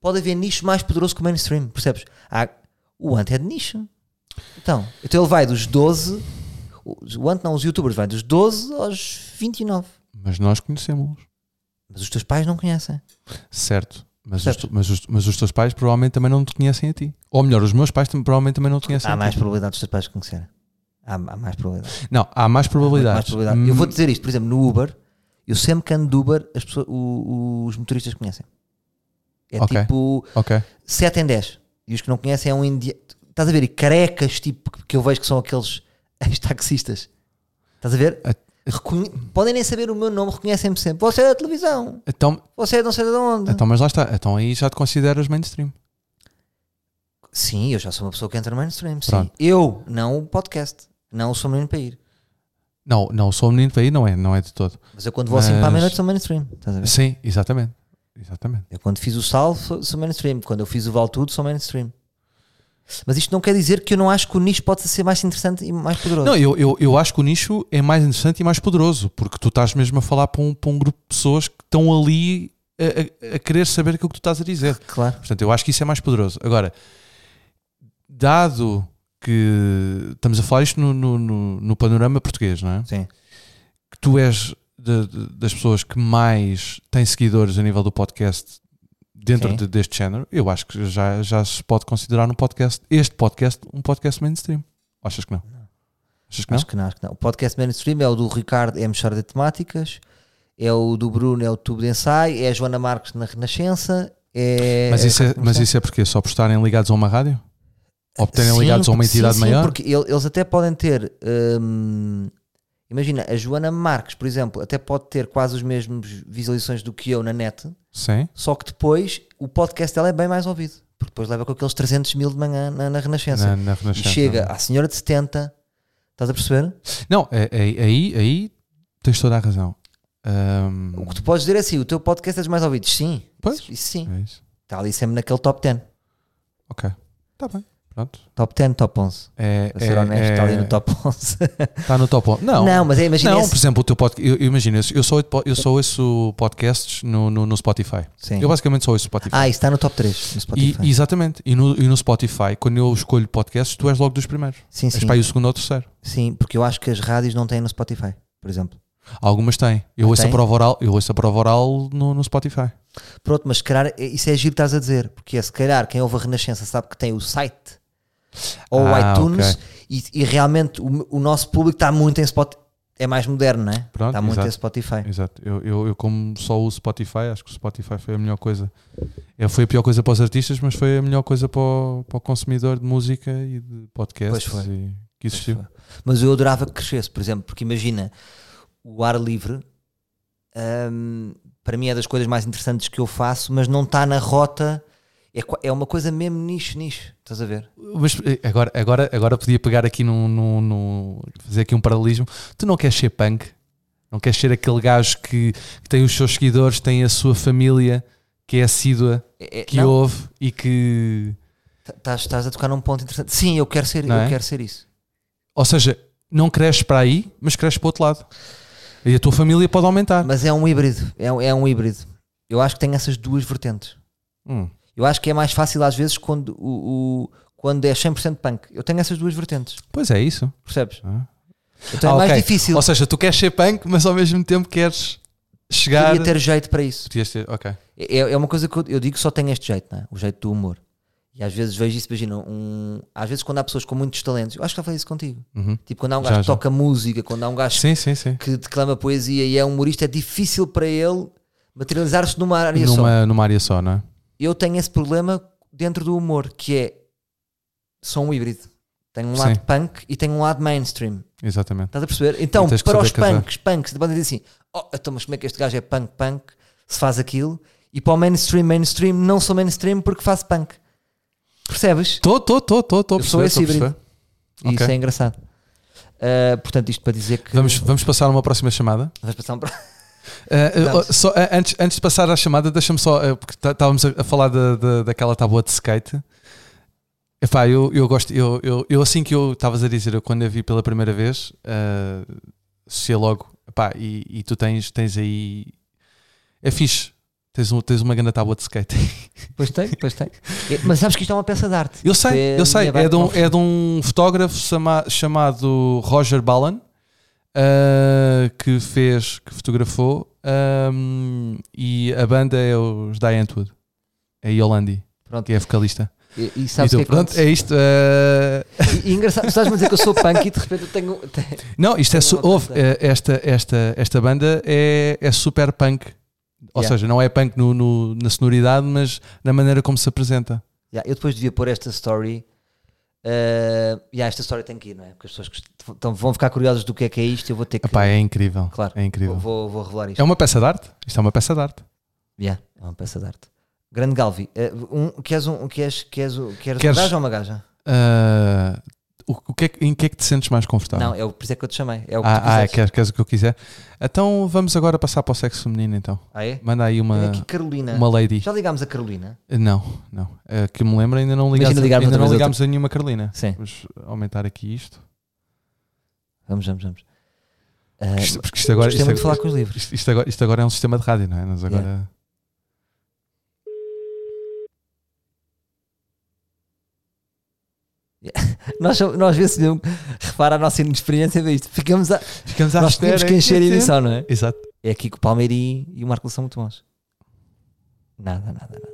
S1: Pode haver nicho mais poderoso que o mainstream, percebes? Há- o Ant é de nicho. Então, então ele vai dos 12. os- O Ant não, os youtubers vai dos 12 aos 29.
S2: Mas nós conhecemos.
S1: Mas os teus pais não conhecem.
S2: Certo. Mas,
S1: Certo.
S2: Os, tu- mas, os, mas os teus pais provavelmente também não te conhecem a ti. Ou melhor, os meus pais tam- provavelmente também não te conhecem
S1: Há
S2: a ti.
S1: mais probabilidade dos teus pais conhecerem. Há, há mais probabilidade.
S2: Não, há mais
S1: mais
S2: probabilidades. Hum.
S1: probabilidade. Eu vou dizer isto, por exemplo, no Uber, eu sempre que ando de Uber, as pessoas, o- o- os motoristas conhecem. É
S2: Ok.
S1: tipo
S2: Ok.
S1: 7 em 10. E os que não conhecem é um indiano. Estás a ver? E carecas, tipo, que- que eu vejo que são aqueles ex-taxistas. Estás a ver?
S2: A-
S1: Reconhe- Podem nem saber o meu nome, reconhecem-me sempre. Você é da televisão,
S2: Então,
S1: você é de não sei de onde.
S2: então, mas lá está. Então aí já te consideras mainstream.
S1: Sim, eu já sou uma pessoa que entra no mainstream. Sim.
S2: Pronro.
S1: Eu, não o podcast. Não sou menino para ir.
S2: Não, não, sou um menino para aí, não é, não é de todo.
S1: Mas eu quando vou assim para a
S2: Mas-
S1: meia-noite sou mainstream. Estás a ver?
S2: Sim, exatamente. Exatamente.
S1: Eu quando fiz o salvo sou- sou mainstream. Quando eu fiz o Val Tudo sou mainstream. Mas isto não quer dizer que eu não acho que o nicho pode ser mais interessante e mais poderoso.
S2: Não, eu, eu, eu acho que o nicho é mais interessante e mais poderoso, porque tu estás mesmo a falar para um, para um grupo de pessoas que estão ali a, a- a querer saber aquilo que tu estás a dizer.
S1: Claro.
S2: Portanto, eu acho que isso é mais poderoso. Agora, dado que estamos a falar isto no, no, no- no panorama português, não é?
S1: Sim.
S2: Que tu és de- de- das pessoas que mais têm seguidores a nível do podcast dentro
S1: Sim.
S2: de- deste género, eu acho que já, já se pode considerar um podcast, este podcast, um podcast mainstream. Ou Achas que não? Achas que não?
S1: Acho que não, acho que não. O podcast mainstream é o do Ricardo M. Chora de Temáticas, é o do Bruno, é o Tubo de Ensaio, é a Joana Marques na Renascença, é.
S2: Mas isso é, mas isso é porque? Só por estarem ligados a uma rádio? Ou por terem
S1: Sim,
S2: ligados a uma
S1: porque- sim,
S2: entidade
S1: sim,
S2: maior?
S1: porque ele- eles até podem ter. hum, imagina, a Joana Marques, por exemplo, até pode ter quase os mesmos visualizações do que eu na net,
S2: Sim.
S1: só que depois o podcast dela é bem mais ouvido, porque depois leva com aqueles 300 mil de manhã na, na Renascença.
S2: Na, na
S1: e
S2: Renascença. é?
S1: chega à senhora de 70, estás a perceber?
S2: Não, é- é- aí, aí tens toda a razão. Ahm,
S1: O que tu podes dizer é assim: o teu podcast é dos mais ouvidos. Sim,
S2: Hum. Pois.
S1: isso, isso sim.
S2: é isso.
S1: Está ali sempre naquele top 10.
S2: Ok. Está bem. Pronto.
S1: Top 10, top 11.
S2: É,
S1: Para ser
S2: é-
S1: honesto,
S2: é-
S1: está ali no top 11.
S2: Está no top 11. Não,
S1: Não, mas é, imagina
S2: Não,
S1: esse-
S2: por exemplo, o teu podcast. Eu, eu imagino, eu só, ouço po- eu só ouço podcasts no, no, no Spotify.
S1: Sim.
S2: Eu basicamente só ouço Spotify.
S1: Ah, isso está no top 3 no
S2: E-
S1: Spotify.
S2: exatamente. E no, e no Spotify, quando eu escolho podcasts, tu és logo dos primeiros.
S1: sim,
S2: És
S1: sim.
S2: para aí o segundo ou o terceiro.
S1: Sim, porque eu acho que as rádios não têm no Spotify, por exemplo.
S2: Algumas têm. Eu ouço,
S1: Tem?
S2: a prova oral, eu ouço a prova oral no, no Spotify.
S1: Pronto, mas se calhar é- isso é giro que estás a dizer, porque é se calhar quem ouve a Renascença sabe que tem o site ou o
S2: Ah,
S1: iTunes e, e realmente o, o nosso público está muito em Spotify. É mais moderno, não é?
S2: Pronto,
S1: está muito
S2: exato.
S1: em Spotify.
S2: Exato. Eu, eu, eu como só uso Spotify, acho que o Spotify foi a melhor coisa. É, foi a pior coisa para os artistas, mas foi a melhor coisa para o, para o consumidor de música e de podcasts
S1: Pois foi.
S2: e- que existiu.
S1: Mas eu adorava que crescesse, por exemplo, porque imagina o ar livre. hum, para mim é das coisas mais interessantes que eu faço, mas não está na rota. É, qua- é uma coisa mesmo nicho, nicho. Estás a ver?
S2: Mas eh, agora, agora, agora podia pegar aqui num, num- num- fazer aqui um paralelismo. Tu não queres ser punk? Não queres ser aquele gajo que, que tem os seus seguidores, tem a sua família, que é assídua,
S1: É- é-
S2: que
S1: não,
S2: ouve e que.
S1: tá- estás- estás a tocar num ponto interessante. Sim, eu quero ser,
S2: Não
S1: eu
S2: é?
S1: quero ser isso.
S2: Ou seja, não cresces para aí, mas cresces para o outro lado. E a tua família pode aumentar.
S1: Mas é um híbrido, é, um- é um híbrido. Eu acho que tem essas duas vertentes.
S2: Hum.
S1: Eu acho que é mais fácil às vezes quando, o, o- quando é 100% punk. Eu tenho essas duas vertentes,
S2: Pois é, isso.
S1: percebes?
S2: Ah.
S1: Então é
S2: Ah,
S1: mais
S2: ok.
S1: difícil.
S2: Ou seja, tu queres ser punk, mas ao mesmo tempo queres chegar.
S1: Podia ter jeito para isso.
S2: Podias ter- Ok.
S1: É, é uma coisa que eu, eu digo que só tem este jeito, não é? O jeito do humor. E às vezes vejo isso, imagina, um, às vezes quando há pessoas com muitos talentos, eu acho que já falei isso contigo.
S2: Uhum.
S1: Tipo, quando há um
S2: Já,
S1: gajo que
S2: já.
S1: toca música, quando há um gajo
S2: Sim, sim, sim.
S1: que declama poesia e é humorista, é difícil para ele materializar-se numa área só.
S2: Numa, numa área só, não é?
S1: eu tenho esse problema dentro do humor, que é sou um híbrido. Tenho um
S2: Sim.
S1: lado punk e tenho um lado mainstream.
S2: Exatamente.
S1: Estás a perceber? Então,
S2: E tens que
S1: para
S2: saber
S1: os
S2: casar.
S1: punks, punks, podem dizer assim: oh, então, mas como é que este gajo é punk, punk, se faz aquilo? E para o mainstream, mainstream, não sou mainstream porque faço punk. Percebes?
S2: Estou, estou, estou, estou, estou a
S1: Eu sou
S2: perceber. tô
S1: esse
S2: a perceber.
S1: E Isso
S2: Ok.
S1: é engraçado. Ah, portanto, isto para dizer que.
S2: Vamos, vamos passar a uma próxima chamada.
S1: Vamos passar um...
S2: Ah, ah,
S1: Vamos.
S2: só, ah, antes, antes de passar à chamada, deixa-me só, ah, porque tá- estávamos a, a falar da, da- daquela tábua de skate. Epá, eu, eu gosto, eu, eu, eu assim que eu estavas a dizer, eu quando a vi pela primeira vez, ah, associei logo, epá, e, e tu tens, tens aí. É fixe, tens, um, tens uma grande tábua de skate.
S1: Pois tem, pois tem. É, Mas sabes que isto é uma peça de arte.
S2: Eu sei,
S1: É
S2: eu sei.
S1: minha
S2: É de um,
S1: Bacoff.
S2: é de um fotógrafo chama- chamado Roger Ballan ah, que fez, que fotografou ahm, e a banda é os Diantwood, é Yolandi,
S1: Pronto.
S2: que é vocalista.
S1: E, e sabes
S2: E
S1: o
S2: tu,
S1: que é que
S2: pronto,
S1: acontece?
S2: é isto. ah,
S1: E, e engraçado, tu estás-me a dizer que eu sou punk e de repente eu tenho. tenho-
S2: não, isto é.
S1: Tem
S2: su-
S1: uma
S2: Houve,
S1: coisa.
S2: eh, esta, esta, esta banda é, é super punk. Ou
S1: Yeah.
S2: seja, não é punk no- no- na sonoridade, mas na maneira como se apresenta.
S1: Ya, eu depois devia pôr esta story. eh, ya, esta história tem que ir, não é? Porque as pessoas que est- então vão ficar curiosas do que é que é isto. Eu vou ter que.
S2: Epá, é incrível.
S1: Claro,
S2: é incrível.
S1: Vou, vou, vou revelar isto.
S2: É uma peça de arte? Isto é uma peça de arte.
S1: Ya, é uma peça de arte. Grande Galvi, eh, um, queres, um, queres, queres, um- queres,
S2: Queres-
S1: um gajo ou uma gaja?
S2: Ah, o, o que é que- em que é que te sentes mais confortável?
S1: Não, é o, por isso é que eu te chamei. É o que tu
S2: ah, ah,
S1: quiseres.
S2: queres, queres o que eu quiser? Então vamos agora passar para o sexo feminino então.
S1: Ah, é?
S2: Manda aí
S1: Olha
S2: uma,
S1: aqui, Carolina.
S2: uma lady.
S1: Já ligámos a Carolina?
S2: Não, não. Eh, que me lembro ainda não ligámos,
S1: Imagina ligarmos
S2: ainda
S1: outra
S2: não
S1: vez
S2: ligámos a nenhuma Carolina.
S1: Sim. É,
S2: Vamos aumentar aqui isto.
S1: Vamos, vamos, vamos. Eh,
S2: Isto- porque isto agora,
S1: gostei
S2: isto, é
S1: muito de falar com
S2: agora,
S1: os livros.
S2: isto- isto agora- isto agora é um sistema de rádio, não é? Nós agora...
S1: Nós, nós vê se repara a nossa inexperiência disto. Ficamos a,
S2: Ficamos Tá à
S1: nós
S2: espera.
S1: tínhamos que encher a
S2: hein?
S1: edição, não é?
S2: Exato.
S1: É aqui que o Palmeirinho e o Marco são muito bons. Nada, nada, nada.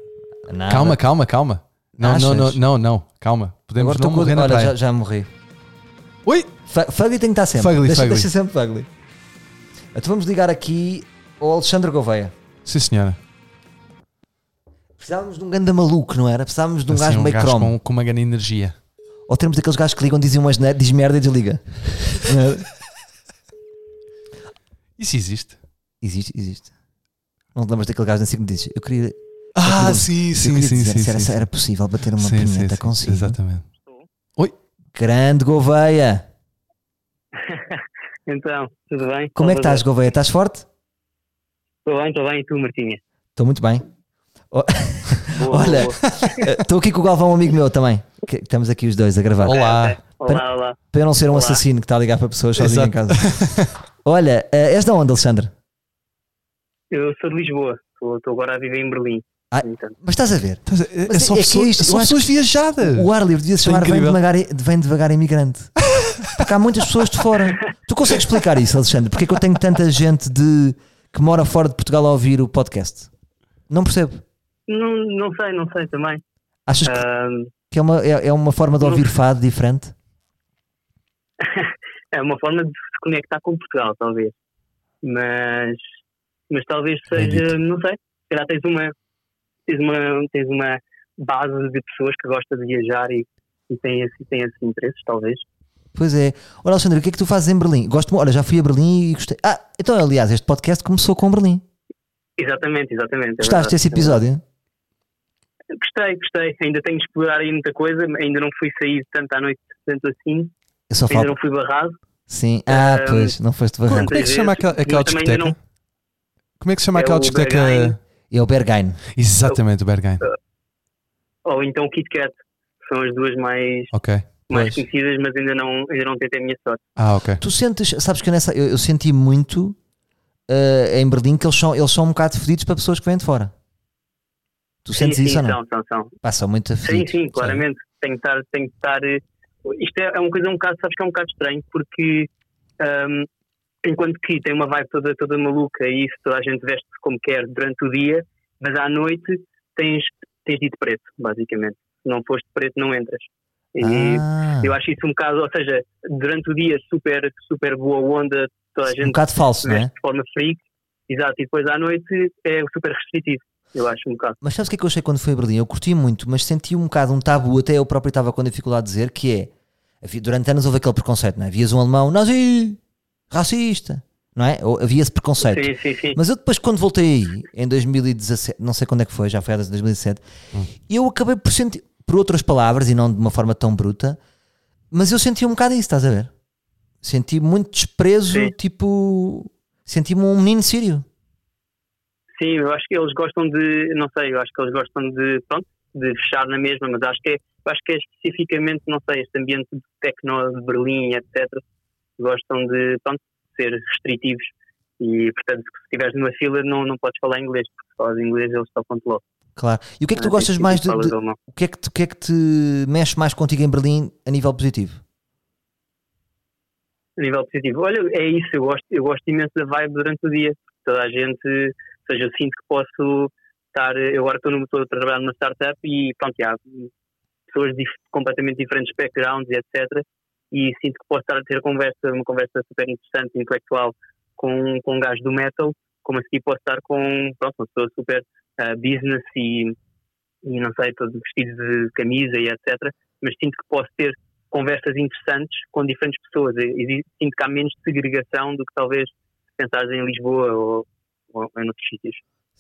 S1: Nada.
S2: Calma, calma, calma. Não, não, não,
S1: Achas?
S2: não, não. Calma. Podemos
S1: Agora
S2: não
S1: estou com
S2: morrer na
S1: Olha,
S2: praia.
S1: já, já morri.
S2: Ui!
S1: Fa- Fugly tem que estar sempre.
S2: Fugly,
S1: deixa,
S2: Fugly.
S1: deixa sempre Fugly. Então vamos ligar aqui ao Alexandre Gouveia.
S2: Sim, senhora.
S1: Precisávamos de um ganda maluco, não era? Precisávamos de um
S2: Assim,
S1: gajo
S2: um
S1: meio
S2: gajo
S1: cromo.
S2: com, um- com uma grande energia.
S1: Ou temos aqueles gajos que ligam, dizem umas ne- diz merda e desliga. Não era?
S2: Isso existe.
S1: existe, existe. Não te lembras daquele gajo assim que me dizes? Eu queria.
S2: Ah,
S1: Eu
S2: sim, sim,
S1: queria
S2: sim,
S1: dizer
S2: sim.
S1: se era,
S2: sim,
S1: se era possível bater uma punheta consigo.
S2: Exatamente.
S1: Grande Gouveia!
S9: Então, tudo bem?
S1: Como é que estás, Gouveia? Estás forte?
S9: Estou bem, estou bem. E tu, Martinha?
S1: Estou muito bem. Oh,
S9: Boa,
S1: Olha,
S9: boa.
S1: eh, estou aqui com o Galvão, um amigo meu também. que- que estamos aqui os dois a gravar.
S2: Olá.
S9: Olá, olá.
S1: Para eu não ser um
S9: É, Olá.
S1: assassino que está a ligar para pessoas sozinho em
S2: Exato.
S1: casa. Olha, eh, és de onde, Alexandre?
S9: Eu sou de Lisboa. Estou estou agora a viver em Berlim.
S1: Ah.
S9: Então,
S1: Mas estás a ver?
S2: Mas é- é
S1: Mas
S2: só
S1: é que
S2: pessoas-
S1: é isto,
S2: são
S1: eu acho
S2: pessoas viajadas.
S1: O ar livre devia se
S2: Isto é
S1: chamar Vem
S2: incrível.
S1: devagar, Vem Devagar Imigrante. Porque há muitas pessoas de fora. Tu consegues explicar isso, Alexandre? Porque é que eu tenho tanta gente de que mora fora de Portugal a ouvir o podcast? Não percebo.
S9: não, não sei, não sei também.
S1: Achas que,
S9: Ahm,
S1: que é, uma, é, é uma forma de ouvir fado diferente?
S9: é uma forma de se conectar com Portugal, talvez. Mas, mas talvez
S2: Bem
S9: seja, não sei, se calhar tens uma, tens uma, tens uma base de pessoas que gosta de viajar e, e têm esse, têm esses interesses, talvez.
S1: Pois é. Olha, Alexandre, o que é que tu fazes em Berlim? Gosto, mu- olha, já fui a Berlim e gostei. Ah, então, aliás, este podcast começou com Berlim.
S9: Exatamente, exatamente. é
S1: Gostaste desse
S9: verdade.
S1: episódio?
S9: Gostei, gostei. Ainda tenho de explorar aí muita coisa, ainda não fui sair tanto à noite, tanto assim,
S1: Eu só
S9: ainda
S1: falo.
S9: não fui barrado.
S1: Sim. Ah,
S9: Ahm,
S1: pois, não foste barranco.
S2: Como é que se chama aquela, aquela
S9: Mas também ainda
S2: discoteca? Como é que se chama
S9: É
S2: aquela
S9: o
S2: discoteca?
S9: Berghain.
S1: É o Berghain.
S2: Exatamente, o Berghain.
S9: Ou então o Kit Kat, são as duas mais,
S2: Ok. Pois.
S9: mais conhecidas, mas ainda não, ainda não tentei a minha sorte.
S2: Ah, ok.
S1: Tu sentes, sabes que eu, nessa, eu, eu senti muito eh, em Berlim que eles são, eles são um bocado fedidos para pessoas que vêm de fora. Tu sentes
S9: sim,
S1: isso
S9: sim,
S1: ou não?
S9: São, são, são.
S1: Pá, são muito
S9: Sim,
S1: fedidos.
S9: sim, claramente. Tenho que estar. Tenho que estar eh, isto é, é uma coisa um bocado, sabes que é um bocado estranho, porque ahm, enquanto que tem uma vibe toda, toda maluca e isso, toda a gente veste como quer durante o dia, mas à noite tens, tens de ir de preto, basicamente. Se não foste de preto, não entras. E
S1: Ah,
S9: eu acho isso um bocado, ou seja, durante o dia, super, super boa onda, toda a
S1: um
S9: gente
S1: bocado falso, não
S9: veste
S1: é?
S9: de forma freak, exato, e depois à noite é super restritivo, eu acho um bocado.
S1: Mas sabes o que é que eu achei quando fui a Berlim? Eu curti muito, mas senti um bocado um tabu, até eu próprio estava com dificuldade de dizer, que é, havia- durante anos houve aquele preconceito, não é? Havias um alemão nazi, racista, não é? Ou Havia esse preconceito.
S9: Sim, sim, sim.
S1: Mas eu depois, quando voltei aí, em 2017, não sei quando é que foi, já foi há 2017, eu acabei por sentir, por outras palavras e não de uma forma tão bruta, mas eu senti um bocado isso, estás a ver? Senti muito desprezo,
S9: Sim.
S1: tipo. Senti-me um menino sírio.
S9: Sim, eu acho que eles gostam de, não sei, eu acho que eles gostam de, pronto, de fechar na mesma, mas acho que é, eu acho que é especificamente, não sei, este ambiente de tecno de Berlim, etc. Gostam de, pronto, ser restritivos e, portanto, se estiveres numa fila não, não podes falar inglês, porque se falas inglês eles tocam-te logo.
S1: Claro. E o que é que tu
S9: Ah,
S1: gostas
S9: sim,
S1: mais
S9: sim,
S1: de.
S9: falas
S1: de-
S9: alemão.
S1: o, que é que te, o que é que te mexe mais contigo em Berlim a nível positivo?
S9: a nível positivo. Olha, é isso, eu gosto, eu gosto imenso da vibe durante o dia. Toda a gente, ou seja, eu sinto que posso estar, eu agora estou, no, estou a trabalhar numa startup e pronto, há pessoas de completamente diferentes backgrounds e etc. E sinto que posso estar a ter conversa, uma conversa super interessante, intelectual, com, com um gajo do metal, como assim posso estar com pronto, uma pessoa super ah, business e, e não sei, todo vestido de camisa e etc. Mas sinto que posso ter conversas interessantes com diferentes pessoas. E- e Sinto que há menos segregação do que talvez se pensares em Lisboa ou, ou em outros sítios,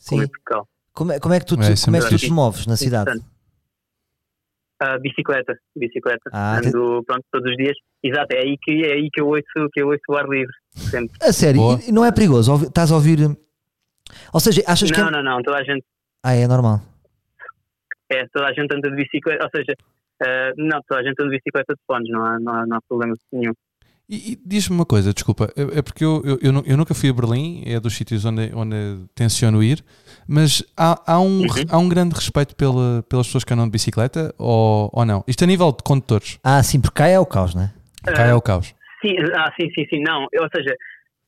S9: como em Portugal.
S1: Como é, como é que tu, te-
S2: É, isso é
S1: como é que tu
S9: muito
S1: te moves na cidade?
S9: Interessante. Ah, bicicleta, bicicleta.
S1: Ah,
S9: Ando, pronto, todos os dias. Exato, é aí que, é aí que, eu, ouço, que eu ouço o ar livre. Sempre.
S1: A sério,
S2: Boa.
S1: e- e não é perigoso? Ouvi- Estás a ouvir. Ou seja, achas que.
S9: Não,
S1: é-
S9: não, não, toda a gente
S1: Ah, é normal.
S9: É, toda a gente anda de bicicleta, ou seja, eh, não, toda a gente anda de bicicleta de fones, não há, não há, não há problema nenhum.
S2: E, e diz-me uma coisa, desculpa, é é porque eu, eu, eu nu- eu nunca fui a Berlim, é dos sítios onde, onde tenciono ir, mas há, há, um,
S9: Uhum.
S2: re- há um grande respeito pela, pelas pessoas que andam de bicicleta ou, ou não? Isto a nível de condutores,
S1: Ah, sim, porque cá é o caos, não é?
S9: Ah.
S2: cá é o caos.
S9: Sim, ah, sim, sim, sim, não, ou seja,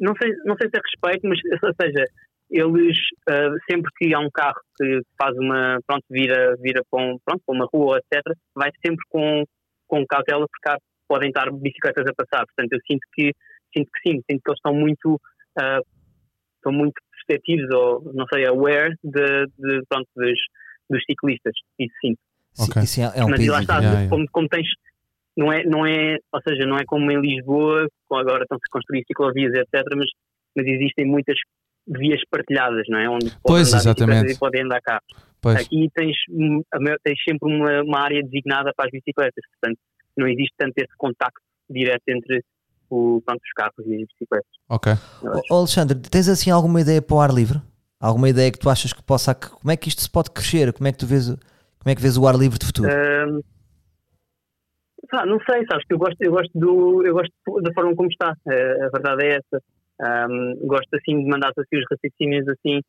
S9: não sei, não sei se é respeito, mas, ou seja, eles, eh, sempre que há um carro que faz uma, pronto, vira, vira para, um, pronto, para uma rua, etc., vai sempre com, com cautela, porque há, podem estar bicicletas a passar, portanto, eu sinto que, sinto que sim, sinto que eles estão muito, eh, estão muito perceptivos, ou, não sei, aware de, de, pronto, dos, dos ciclistas, isso sim.
S1: Sim,
S2: Ok.
S1: Isso é, é um
S9: mas
S1: país.
S9: lá está,
S1: incrível.
S2: yeah, yeah.
S9: Como, como tens, não é, não é, ou seja, não é como em Lisboa, com- agora estão-se a construir ciclovias, etc., mas, mas existem muitas vias partilhadas, não é? Onde podem
S2: Pois,
S9: andar bicicletas
S2: exatamente.
S9: e podem andar carros.
S2: Pois,
S9: Aqui tens, hum, a maior- tens sempre uma, uma área designada para as bicicletas, portanto, não existe tanto esse contacto direto entre o, pronto, os carros e as bicicletas.
S2: ok.
S9: eu acho.
S1: Ó, Alexandre, tens assim alguma ideia para o ar livre? Alguma ideia que tu achas que possa. Como é que isto se pode crescer? Como é que tu vês, o- como é que vês o ar livre de futuro?
S9: Ahm, pá, não sei, sabes que eu gosto, eu gosto do, eu gosto da forma como está. eh, a verdade é essa. Ahm, gosto assim de mandar assim os raciocínios assim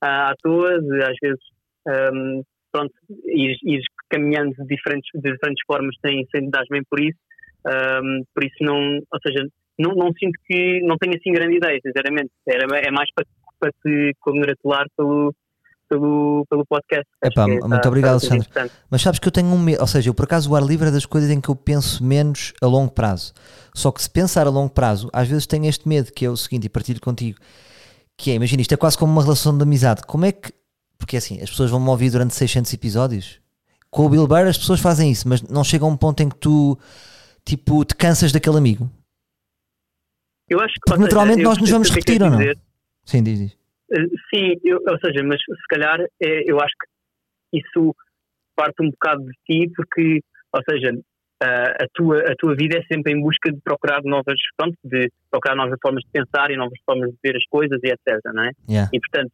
S9: à, à toa, de, às vezes ahm, pronto, ir, ir caminhando de diferentes, de diferentes formas sem, sem dar bem por isso. Ahm, por isso não, ou seja, não, não sinto que não tenho assim grande ideia, sinceramente. Era, é mais para, para te congratular pelo, pelo, pelo podcast. Acho
S1: Epá,
S9: que é,
S1: muito
S9: está-
S1: obrigado,
S9: está super
S1: Alexandre.
S9: interessante.
S1: Mas sabes que eu tenho um medo, ou seja, eu por acaso o ar livre é das coisas em que eu penso menos a longo prazo. Só que se pensar a longo prazo, às vezes tenho este medo, que é o seguinte, e partilho contigo, que é, imagina, isto é quase como uma relação de amizade. Como é que, porque assim, as pessoas vão-me ouvir durante 600 episódios? Com o Bill Burr as pessoas fazem isso, mas não chega a um ponto em que tu, tipo, te cansas daquele amigo.
S9: Eu acho que,
S1: Porque
S9: ou seja,
S1: naturalmente
S9: eu
S1: nós nos
S9: percebo
S1: vamos
S9: o que é que
S1: repetir,
S9: queres
S1: ou não?
S9: dizer.
S1: Sim, diz, diz.
S9: Eh, Sim, eu- ou seja, mas se calhar eh, eu acho que isso parte um bocado de ti, porque, ou seja, ah, a tua, a tua vida é sempre em busca de procurar novas, pronto, de procurar novas formas de pensar e novas formas de ver as coisas e etc, não é?
S1: Yeah.
S9: E portanto,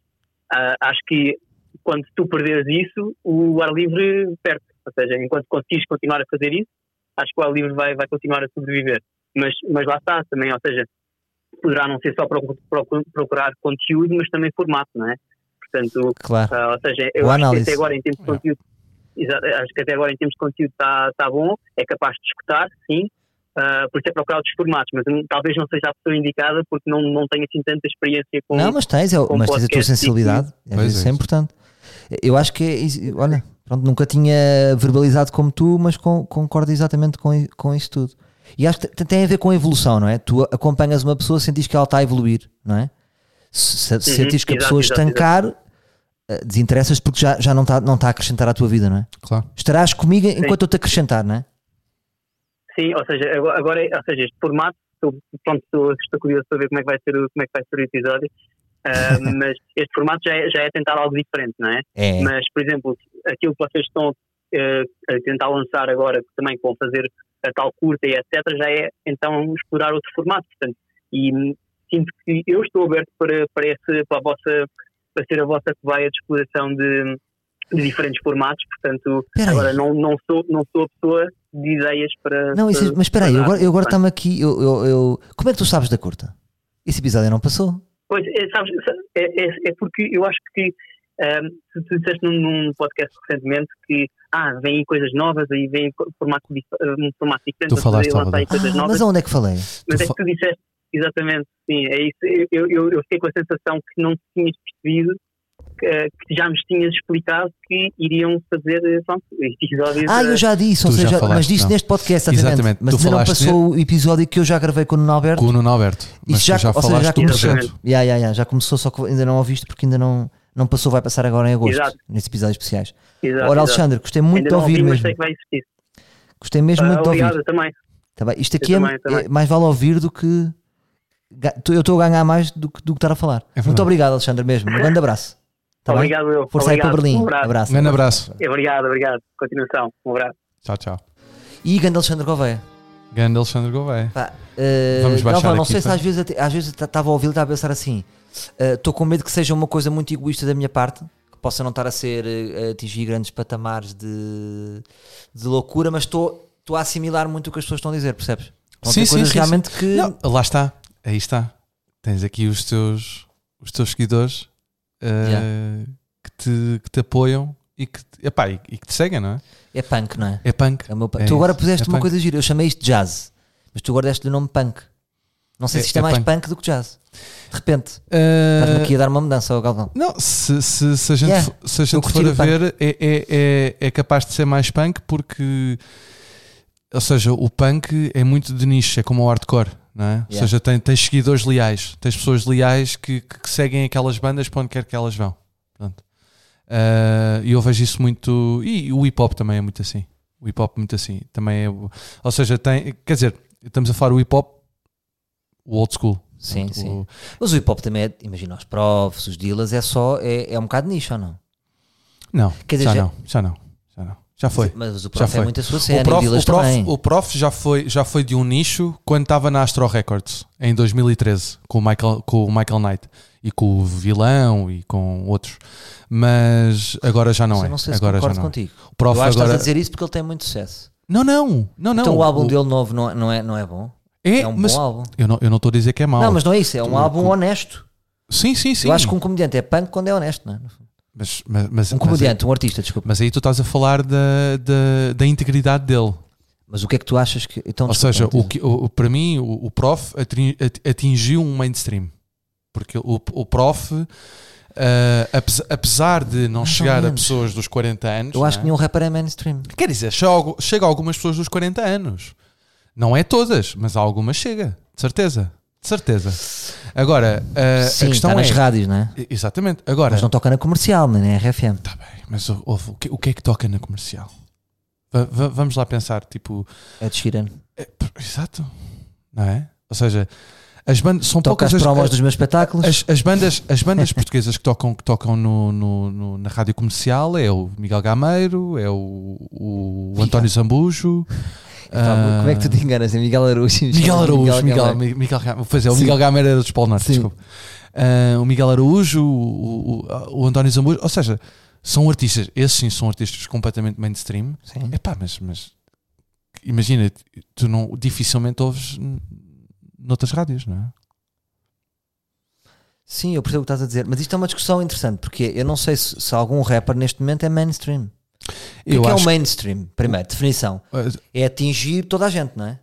S9: ah, acho que quando tu perderes isso, o ar livre perde. Ou seja, enquanto conseguires continuar a fazer isso, acho que o ar livre vai, vai continuar a sobreviver. Mas, mas lá está também, ou seja, poderá não ser só procu- procu- procurar conteúdo, mas também formato, não é? Portanto,
S1: Claro.
S9: ah, ou seja, eu
S1: Boa
S9: acho
S1: análise.
S9: que até agora em termos de conteúdo, exa- acho que até agora em termos de conteúdo está tá bom, é capaz de escutar, sim, ah, por isso é procurar outros formatos, mas hum, talvez não seja a pessoa indicada porque não, não tenho assim tanta experiência com
S1: Não, mas tens, é o-
S9: com
S1: mas tens a tua
S9: podcast e
S1: sensibilidade. Às
S2: Pois
S1: vezes
S2: é,
S1: isso é
S2: isso.
S1: importante. Eu acho que é. isso- Olha, pronto, nunca tinha verbalizado como tu, mas com- concordo exatamente com, i- com isso tudo. E acho que te- tem a ver com a evolução, não é? Tu acompanhas uma pessoa, sentes que ela está a evoluir, não é? Se, se- se
S9: Uhum,
S1: sentes que a
S9: exato,
S1: pessoa
S9: exato,
S1: estancar, eh, desinteressas porque já, já não está não está a acrescentar à tua vida, não é?
S2: Claro.
S1: Estarás comigo enquanto eu te acrescentar, não é?
S9: Sim, ou seja, agora, agora, ou seja, este formato, estou, pronto, estou, estou curioso para ver como é que vai ser o, como é que vai ser o episódio, Ah, mas este formato já é, já é tentar algo diferente, não é?
S1: É.
S9: Mas, por exemplo, aquilo que vocês estão eh, a tentar lançar agora, que também vão fazer a tal curta e etc., já é então explorar outro formato, portanto, e hum, sinto que eu estou aberto para, para, esse, para, a vossa, para ser a vossa cobaia de exploração de, de diferentes formatos, portanto,
S1: Espera aí.
S9: agora não, não, sou, não sou a pessoa de ideias para.
S1: Não, isso, é,
S9: para-
S1: mas espera aí, eu
S9: para-
S1: agora eu agora estamos aqui. Eu, eu- eu- como é que tu sabes da curta? Esse episódio não passou.
S9: Pois, é, sabes, é, é, é porque eu acho que ehm, tu, tu disseste num, num podcast recentemente que ah, vêm aí coisas novas, aí vem formato, dif- um formato diferente,
S2: Tu
S9: para
S2: falaste,
S9: fazer e lançar aí
S2: Salvador.
S9: coisas
S1: Ah,
S9: novas,
S1: mas
S9: mas,
S1: aonde é que falei?
S2: tu
S9: é que
S2: fa-
S9: tu disseste exatamente, sim, é isso. Eu, eu, eu fiquei com a sensação que não tinhas percebido. Que, que já nos tinhas explicado que iriam fazer eh, pronto, episódios.
S1: Ah, eu
S9: eh,
S1: já disse, ou
S2: Tu já
S1: seja, mas
S2: falaste,
S1: disse
S2: não.
S1: neste podcast, exatamente.
S2: Exatamente,
S1: Mas
S2: tu
S1: ainda não
S2: falaste
S1: passou o episódio que eu já gravei com o Nuno Alberto.
S2: Com o Nuno Alberto. Mas
S1: Isso
S2: tu já
S1: ou seja,
S2: falaste do
S1: começou.
S2: projeto.
S1: Ya, ya, ya, já começou, só que ainda não ouviste porque ainda não, não passou, vai passar agora em agosto,
S9: Exato.
S1: nesses episódios especiais.
S9: Exato,
S1: Ora,
S9: exato.
S1: Alexandre, gostei muito
S9: Ainda
S1: de
S9: não
S1: ouvir
S9: ouvi, mas
S1: mesmo.
S9: sei que vai existir.
S1: Gostei mesmo
S9: Ah,
S1: muito de
S9: obrigado
S1: ouvir.
S9: também.
S1: Tá bem? Isto aqui é,
S9: também, também.
S1: é- mais vale ouvir do que. ga- tu- Eu estou a ganhar mais do que, do que estar a falar.
S2: É verdade.
S1: muito obrigado, Alexandre, mesmo. Um grande abraço. Tá bem?
S9: obrigado, eu.
S1: Força
S9: obrigado.
S1: aí para Berlim.
S9: Um abraço.
S2: Um
S1: abraço.
S2: grande abraço.
S9: Obrigado, obrigado. Continuação. Um abraço.
S2: Tchau, tchau.
S1: E grande Alexandre Gouveia.
S2: Grande Alexandre Gouveia.
S1: Pá, eh,
S2: Vamos baixar
S1: Galvão, não
S2: aqui,
S1: sei se
S2: pá.
S1: às vezes até- às vezes estava a ouvir e estava a pensar assim: estou com medo que seja uma coisa muito egoísta da minha parte, que possa não estar a ser eh, a atingir grandes patamares de, de loucura, mas estou estou a assimilar muito o que as pessoas estão a dizer, percebes? Então,
S2: Sim,
S1: tem
S2: sim,
S1: coisas
S2: sim,
S1: realmente que
S2: Não, lá está. Aí está. Tens aqui os teus, os teus seguidores eh, que, te, que te apoiam e que, te- epá, e, e que te seguem, não é?
S1: é punk, não é?
S2: É punk.
S1: É o meu punk.
S2: É
S1: tu agora
S2: isso,
S1: puseste
S2: é
S1: uma
S2: punk.
S1: coisa gira, eu chamei isto de jazz, mas tu agora deste o nome punk. Não sei
S2: É-
S1: se isto é,
S2: é
S1: mais
S2: punk.
S1: punk. do que jazz. De repente,
S2: Eh,
S1: estás-me aqui a dar uma mudança ao Galvão.
S2: Não, se, se, se a gente,
S1: Yeah,
S2: for- se a
S1: eu
S2: gente
S1: curti
S2: for a
S1: o punk.
S2: ver, é, é, é, é capaz de ser mais punk porque, ou seja, o punk é muito de nicho, é como o hardcore, não é? Ou
S1: Yeah.
S2: seja, tem, tens seguidores leais, tens pessoas leais que, que- que seguem aquelas bandas para onde quer que elas vão. Pronto. Ah, e eu vejo isso muito. E o hip hop também é muito assim. O hip hop, muito assim. Também é. Ou seja, tem. Quer dizer, estamos a falar o hip hop, o old school.
S1: Sim,
S2: Portanto,
S1: sim.
S2: o-
S1: Mas o hip hop também é, imagina, os profs, os dealers, é só, é, é um bocado nicho ou não?
S2: Não,
S1: Quer dizer,
S2: já,
S1: já-
S2: não, já não, já não. Já foi.
S1: Mas o
S2: Já
S1: prof é
S2: foi.
S1: muito a sua
S2: o
S1: cena,
S2: prof,
S1: Dilas
S2: o prof-
S1: também.
S2: o prof já, foi, já foi de um nicho quando estava na Astro Records, em 2013, com o Michael, com o Michael Knight e com o Vilão e com outros. Mas agora já não
S1: Mas
S2: é.
S1: eu não sei se
S2: agora já
S1: concordo
S2: não é.
S1: contigo.
S2: O prof
S1: eu acho que estás
S2: agora-
S1: a dizer isso porque ele tem muito sucesso.
S2: Não, não, não, não.
S1: então o álbum
S2: O-
S1: dele novo não, não, é, não é bom?
S2: É,
S1: É um
S2: mas
S1: bom álbum.
S2: Eu não eu não estou a dizer que é mau.
S1: Não, mas não é isso, é um álbum honesto.
S2: Sim, sim, sim.
S1: Eu acho que um comediante é punk quando é honesto, não é?
S2: Mas- mas- mas-
S1: Um
S2: mas aí-
S1: comediante, um artista, desculpa.
S2: Mas aí tu estás a falar da, da, da integridade dele.
S1: Mas o que é que tu achas que. Então,
S2: Ou
S1: desculpa,
S2: seja,
S1: não
S2: o que, o, o- para mim, o, o prof atri- at- atingiu um mainstream. Porque o, o prof, ah, apes- apesar de não
S1: Mais ou
S2: chegar a
S1: menos.
S2: pessoas dos 40 anos,
S1: Eu acho que
S2: não é?
S1: nenhum rapper é mainstream.
S2: quer dizer, chega, a algu- chega a algumas pessoas dos 40 anos. Não é todas, mas a algumas chega, de certeza. De certeza. Agora, ah,
S1: Sim,
S2: a questão
S1: está nas
S2: é.
S1: rádios, não é?
S2: Exatamente. Agora,
S1: Mas não toca na comercial, nem na RFM.
S2: Tá bem, mas ou- ouve, o, que, o que é que toca na comercial? Va- va- vamos lá pensar, tipo,
S1: É de Sheeran.
S2: é, p- exato, não é? Ou seja, as bandas são
S1: Toca
S2: poucas
S1: as
S2: as,
S1: promos
S2: as,
S1: dos meus espetáculos.
S2: as- as bandas, as bandas portuguesas que tocam, que tocam no, no- no- na rádio comercial é o Miguel Gameiro, é o, o António Zambujo, ah,
S1: Pá, Como é que tu te enganas? É Miguel Araújo.
S2: Miguel Araújo, Miguel,
S1: Gameiro.
S2: Mi- Miguel, Gameiro, pois é, o Miguel Gameiro era dos Polo Norte,
S1: Sim.
S2: desculpa. Ah, o Miguel Araújo, o, o, o António Zambujo, ou seja, são artistas, esses sim são artistas completamente mainstream.
S1: Sim.
S2: Epá, mas, mas imagina, tu não, dificilmente ouves n- noutras rádios, não é?
S1: Sim, eu percebo o que estás a dizer. Mas isto é uma discussão interessante, porque eu não sei se, se algum rapper neste momento é mainstream. O que é, que é o mainstream? Primeiro, definição.
S2: que-
S1: É atingir toda a gente, não é?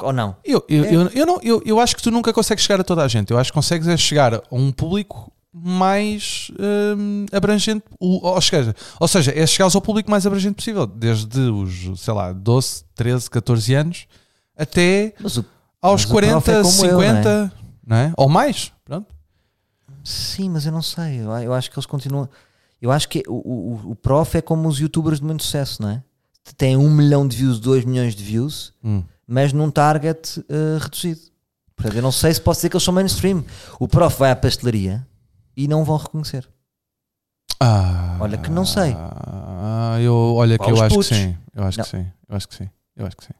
S1: Ou não?
S2: eu, eu, eu, eu não, eu, eu acho que tu nunca consegues chegar a toda a gente. Eu acho que consegues é chegar a um público mais hum, abrangente, O- ou, seja, ou seja, é chegares ao público mais abrangente possível, desde os, sei lá, 12, 13, 14 anos até
S1: Mas o-
S2: aos
S1: Mas o prof é
S2: 40,
S1: como eu, não é?
S2: 50, não é? ou mais, pronto.
S1: Sim, mas eu não sei. Eu, eu acho que eles continuam. Eu acho que o, o, o prof é como os youtubers de muito sucesso, não é? Tem um milhão de views, dois milhões de views,
S2: Hum.
S1: mas num target eh, reduzido. Portanto, eu não sei se posso dizer que eles são mainstream. O prof vai à pastelaria e não vão reconhecer.
S2: Ah,
S1: Olha que não sei.
S2: Ah, eu, olha que
S1: Pá,
S2: eu
S1: os
S2: acho que
S1: putos.
S2: sim. Eu acho que
S1: Não.
S2: sim. Eu acho que sim. Eu acho que sim.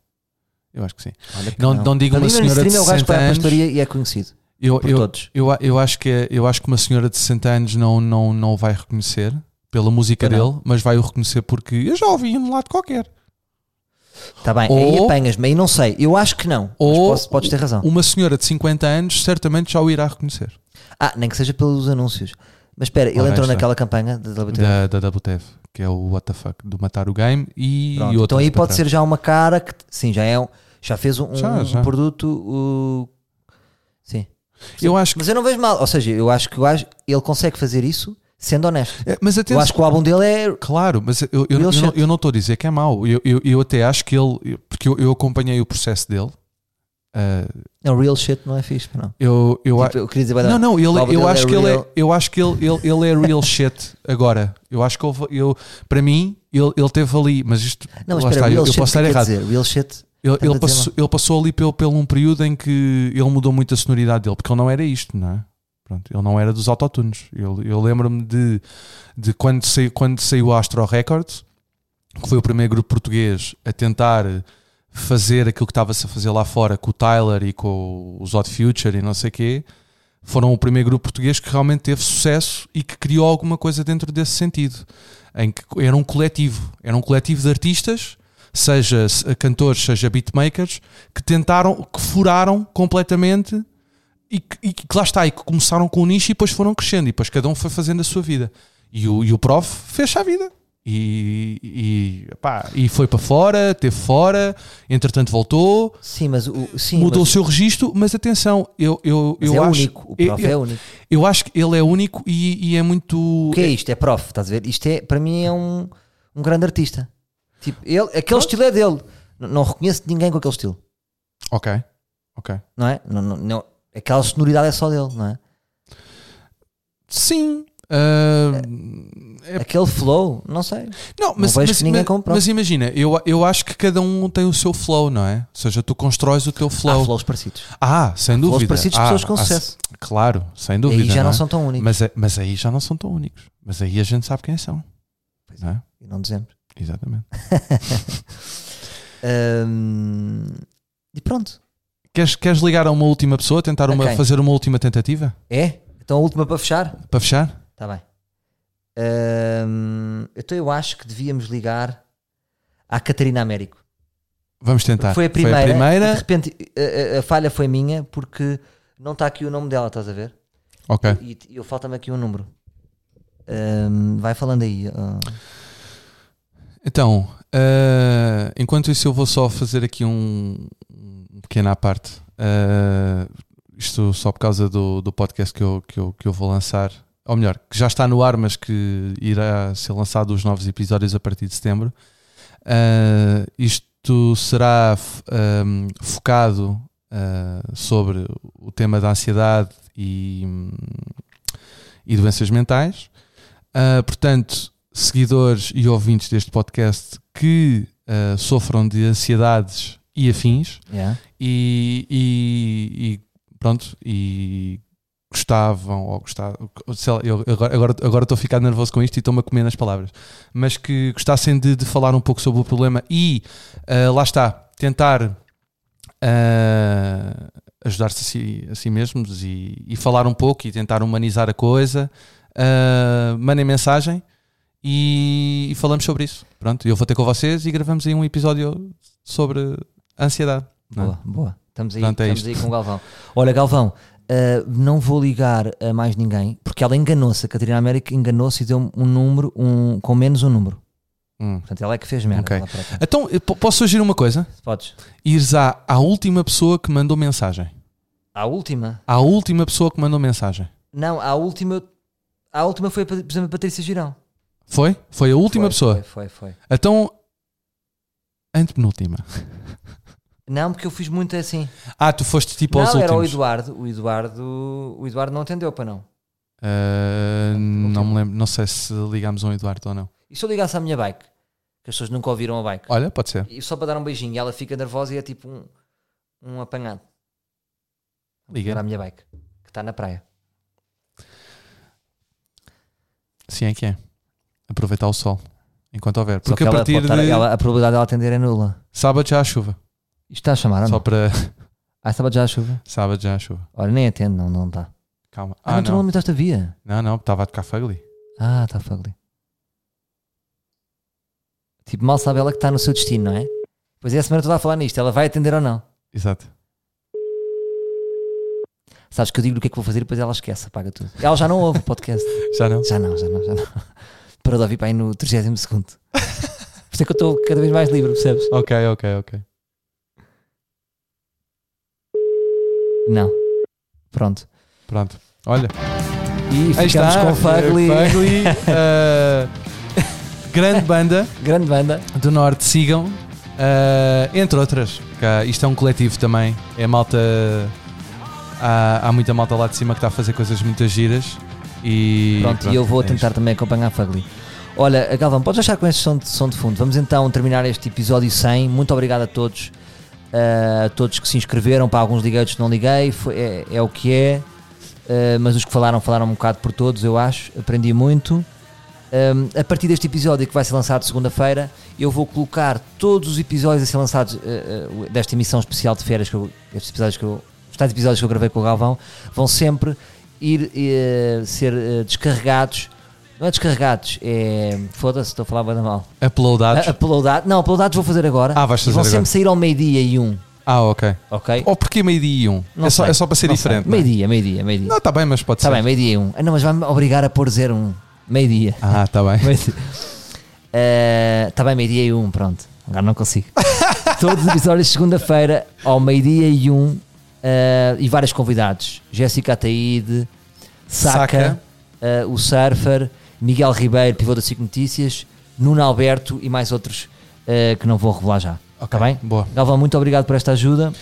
S2: Eu acho que sim.
S1: Olha que
S2: Não- não digo
S1: Para
S2: uma
S1: mim,
S2: senhora
S1: mainstream
S2: de
S1: é o gajo que vai à
S2: 60
S1: pastelaria e é conhecido
S2: Eu,
S1: por
S2: eu,
S1: todos.
S2: eu, eu, acho que, é- eu acho que uma senhora de 60 anos não, não, não o vai reconhecer pela música
S1: Eu não.
S2: dele, mas vai o reconhecer porque eu já ouvi em um lado qualquer.
S1: Está Tá bem, aí
S2: Ou-
S1: apanhas-me, aí não sei. Eu acho que não, mas
S2: Ou
S1: posso- podes ter razão.
S2: Uma senhora de 50 anos certamente já o irá reconhecer.
S1: Ah, nem que seja pelos anúncios. Mas espera, ele
S2: Ora,
S1: entrou
S2: está.
S1: naquela campanha da WTF.
S2: Da, da WTF, que é o WTF do Matar o Game e
S1: Pronto,
S2: outro.
S1: então aí pode ser já uma cara que sim, já é um, já fez um,
S2: Já,
S1: um
S2: já.
S1: produto. uh, sim.
S2: Eu acho que.
S1: Mas eu não vejo mal. Ou seja, eu acho que o gajo- ele consegue fazer isso sendo honesto.
S2: É, Mas atenção.
S1: Eu acho que o álbum dele é.
S2: Claro, mas eu, eu, eu,
S1: Ele
S2: não-
S1: sente.
S2: eu não estou a dizer que é mau. Eu, eu, eu até acho que ele. eu- Porque eu, eu acompanhei o processo dele. Ah,
S1: Não, real shit não é fixe, não.
S2: eu, eu, a-
S1: Tipo, eu queria dizer, vai dar-
S2: não, não,
S1: o
S2: ele,
S1: álbum
S2: eu,
S1: dele
S2: acho que ele
S1: real.
S2: é, eu acho que ele, ele, ele é real shit agora. Eu acho que houve- eu, para mim, ele, ele teve ali. Mas isto.
S1: Não, mas
S2: lá
S1: espera,
S2: está,
S1: real
S2: eu, eu
S1: shit
S2: posso estar
S1: o que quer
S2: errado.
S1: dizer? Real shit.
S2: Ele,
S1: Estamos a
S2: ele
S1: dizer
S2: passou, ele passou ali pelo, pelo um período em que ele mudou muito a sonoridade dele, porque ele não era isto, não é? Pronto, ele não era dos autotunes. Eu, eu lembro-me de, de quando, saiu, quando saiu a Astro Records, que foi o primeiro grupo português a tentar fazer aquilo que estava-se a fazer lá fora com o Tyler e com os Odd Future e não sei o quê. Foram o primeiro grupo português que realmente teve sucesso e que criou alguma coisa dentro desse sentido. Em que era um coletivo, era um coletivo de artistas seja s- cantores, seja beatmakers, que tentaram, que furaram completamente e que, e que lá está, e que começaram com o nicho e depois foram crescendo, e depois cada um foi fazendo a sua vida. E o, e o prof fez a vida. E, e, pá, e foi para fora, teve fora, entretanto voltou,
S1: Sim, mas o. Sim,
S2: mudou
S1: mas,
S2: o seu registro, mas atenção, eu, eu,
S1: mas
S2: eu
S1: é
S2: acho.
S1: único. O prof
S2: eu,
S1: é
S2: eu,
S1: único.
S2: eu acho que ele é único e, e é muito.
S1: O que é isto? É prof, estás a ver? Isto é, para mim é um, um grande artista. Tipo, ele, aquele estilo é dele. N- não reconheço ninguém com aquele estilo.
S2: Ok, ok.
S1: não é? Não, não, não- aquela sonoridade é só dele, não é?
S2: Sim. ah, é
S1: Aquele flow, não sei.
S2: Não, mas,
S1: vejo
S2: mas-
S1: que ninguém
S2: mas-
S1: compra.
S2: mas imagina, eu, eu acho que cada um tem o seu flow, não é? Ou seja, tu constróis o teu
S1: Há
S2: flow.
S1: flows parecidos.
S2: Ah, sem
S1: flows
S2: dúvida.
S1: parecidos de
S2: Ah,
S1: pessoas com
S2: ah,
S1: sucesso.
S2: se- Claro, sem
S1: E
S2: dúvida.
S1: aí já não
S2: é?
S1: são tão únicos.
S2: Mas, é- mas aí já não são tão únicos. Mas aí a gente sabe quem são.
S1: Pois
S2: Não é?
S1: E não dizemos.
S2: Exatamente.
S1: Hum, e pronto.
S2: Queres, queres ligar a uma última pessoa, tentar uma,
S1: Ok.
S2: fazer uma última tentativa?
S1: É? Então a última para fechar?
S2: Para fechar?
S1: Está Tá bem. Hum, então eu acho que devíamos ligar à Catarina Américo.
S2: Vamos tentar.
S1: foi a primeira.
S2: Tá. Foi a primeira.
S1: e De repente a, a- a falha foi minha porque não está aqui o nome dela, estás a ver?
S2: Ok.
S1: E t- eu falta-me aqui um número. Hum, vai falando aí. ah.
S2: Então, ah, enquanto isso, eu vou só fazer aqui um, um pequeno à parte. Ah, isto só por causa do, do podcast que eu, que, eu, que eu vou lançar. Ou melhor, que já está no ar, mas que irá ser lançado os novos episódios a partir de setembro. Ah, isto será f- ahm, focado ah, sobre o tema da ansiedade e, hum, e doenças mentais. Uh, portanto, seguidores e ouvintes deste podcast que uh, sofram de ansiedades e afins
S1: Yeah.
S2: e, e- e pronto, e gostavam ou gostavam, sei lá, eu agora, agora, agora estou a ficar nervoso com isto e estou-me a comer nas palavras, mas que gostassem de, de falar um pouco sobre o problema e uh, lá está, tentar uh, ajudar-se a si, a si mesmos e, e falar um pouco e tentar humanizar a coisa, uh, mandem mensagem e, e falamos sobre isso. Pronto, eu vou ter com vocês e gravamos aí um episódio sobre ansiedade. não é?
S1: Boa, boa. Estamos aí,
S2: Portanto, é
S1: estamos
S2: isto.
S1: aí com o Galvão. Olha, Galvão, ah, não vou ligar a mais ninguém porque ela enganou-se. A Catarina América enganou-se e deu-me um número um, com menos um número.
S2: Hum.
S1: Portanto, ela é que fez merda.
S2: Ok.
S1: lá para trás.
S2: Então, eu po- posso sugerir uma coisa?
S1: Podes.
S2: Ires à, à última pessoa que mandou mensagem.
S1: A última?
S2: À última pessoa que mandou mensagem.
S1: Não, a última. A última foi, por exemplo, a Patrícia Girão.
S2: Foi? Foi a última
S1: Foi,
S2: pessoa.
S1: Foi, foi, foi.
S2: Então. Antepenúltima.
S1: Não, porque eu fiz muito assim.
S2: Ah, tu foste tipo
S1: não,
S2: aos
S1: era o
S2: últimos.
S1: Eduardo. O Eduardo. O Eduardo não atendeu para não.
S2: Ah, não me lembro, não sei se ligámos um Eduardo ou não.
S1: E se eu ligasse à minha bike? Que as pessoas nunca ouviram a bike.
S2: Olha, pode ser.
S1: E só para dar um beijinho. E ela fica nervosa e é tipo um, um apanhado. Era a
S2: Liga.
S1: minha bike. Que está na praia.
S2: Sim, é que é. Aproveitar o sol. Enquanto houver.
S1: Só que
S2: Porque a
S1: ela
S2: partir
S1: pode estar-
S2: de
S1: ela- a probabilidade dela atender é nula.
S2: sábado já há chuva.
S1: Isto está a chamar, ou
S2: Só
S1: não?
S2: para.
S1: Ah, estava já a chuva.
S2: Sábado já há chuva.
S1: Olha, nem atende, não, não está.
S2: Calma.
S1: Ah,
S2: Ah,
S1: não, tu não
S2: não.
S1: aumentaste a via.
S2: Não, não, estava a tocar Fugly.
S1: Ah, está fugly. Tipo, mal sabe ela que está no seu destino, não é? Pois é, a semana toda a falar nisto. Ela vai atender ou não?
S2: Exato.
S1: Sabes que eu digo o que é que vou fazer e depois ela esquece, apaga tudo. Ela já não ouve o podcast.
S2: Já não?
S1: Já não, já não, já não. Parou de ouvir para aí no 32 segundo. Por isso é que eu estou cada vez mais livre, percebes?
S2: Ok, ok, ok.
S1: Não. Pronto.
S2: Pronto. Olha.
S1: E
S2: Aí
S1: ficamos
S2: está,
S1: com o Fugly.
S2: eh, Fugly, eh, grande banda
S1: Grande banda.
S2: do Norte, sigam. eh, entre outras, cá, isto é um coletivo também. É malta. Há, há muita malta lá de cima que está a fazer coisas muito giras. E
S1: Pronto, e eu vou
S2: é
S1: tentar
S2: isto.
S1: também acompanhar a Fugly. Olha, Galvão, podes achar com esse som de, som de fundo. Vamos então terminar este episódio 100. Muito obrigado a todos, eh, a todos que se inscreveram. Para alguns liguei, outros não liguei. Foi- é, é o que é. Eh, mas os que falaram, falaram um bocado por todos, eu acho. Aprendi muito. Um, a partir deste episódio que vai ser lançado segunda-feira, eu vou colocar todos os episódios a ser lançados eh, eh, desta emissão especial de férias, que eu, estes episódios que eu, os tais episódios que eu gravei com o Galvão, vão sempre ir eh, ser eh, descarregados. Não é descarregados, é. Foda-se, estou a falar bem mal.
S2: Uploadados.
S1: Ah, Uploadados, não, uploadados vou fazer agora.
S2: Ah, vais fazer
S1: E vão
S2: agora.
S1: sempre sair ao meio-dia e um,
S2: Ah, ok.
S1: ok?
S2: Ou porque meio-dia e um?
S1: Não
S2: É só,
S1: sei,
S2: é só para ser
S1: não sei.
S2: diferente. não é?
S1: Meio-dia, meio-dia, meio-dia.
S2: Não, está bem, mas pode
S1: Está
S2: ser.
S1: um. bem, meio-dia e um. Ah, não, mas vai-me obrigar a pôr 01. Um. Meio-dia.
S2: Ah, está bem.
S1: Está bem, meio-dia e um, pronto. Agora não consigo. Todos os episódios, segunda-feira, ao meio-dia e um, eh, e vários convidados: Jéssica Ataíde, Saca,
S2: Saca.
S1: eh, o Surfer, Miguel Ribeiro, pivô da Cic Notícias, Nuno Alberto e mais outros eh, que não vou revelar já. Está
S2: Ok,
S1: bem?
S2: boa.
S1: Galvão, muito obrigado por esta ajuda.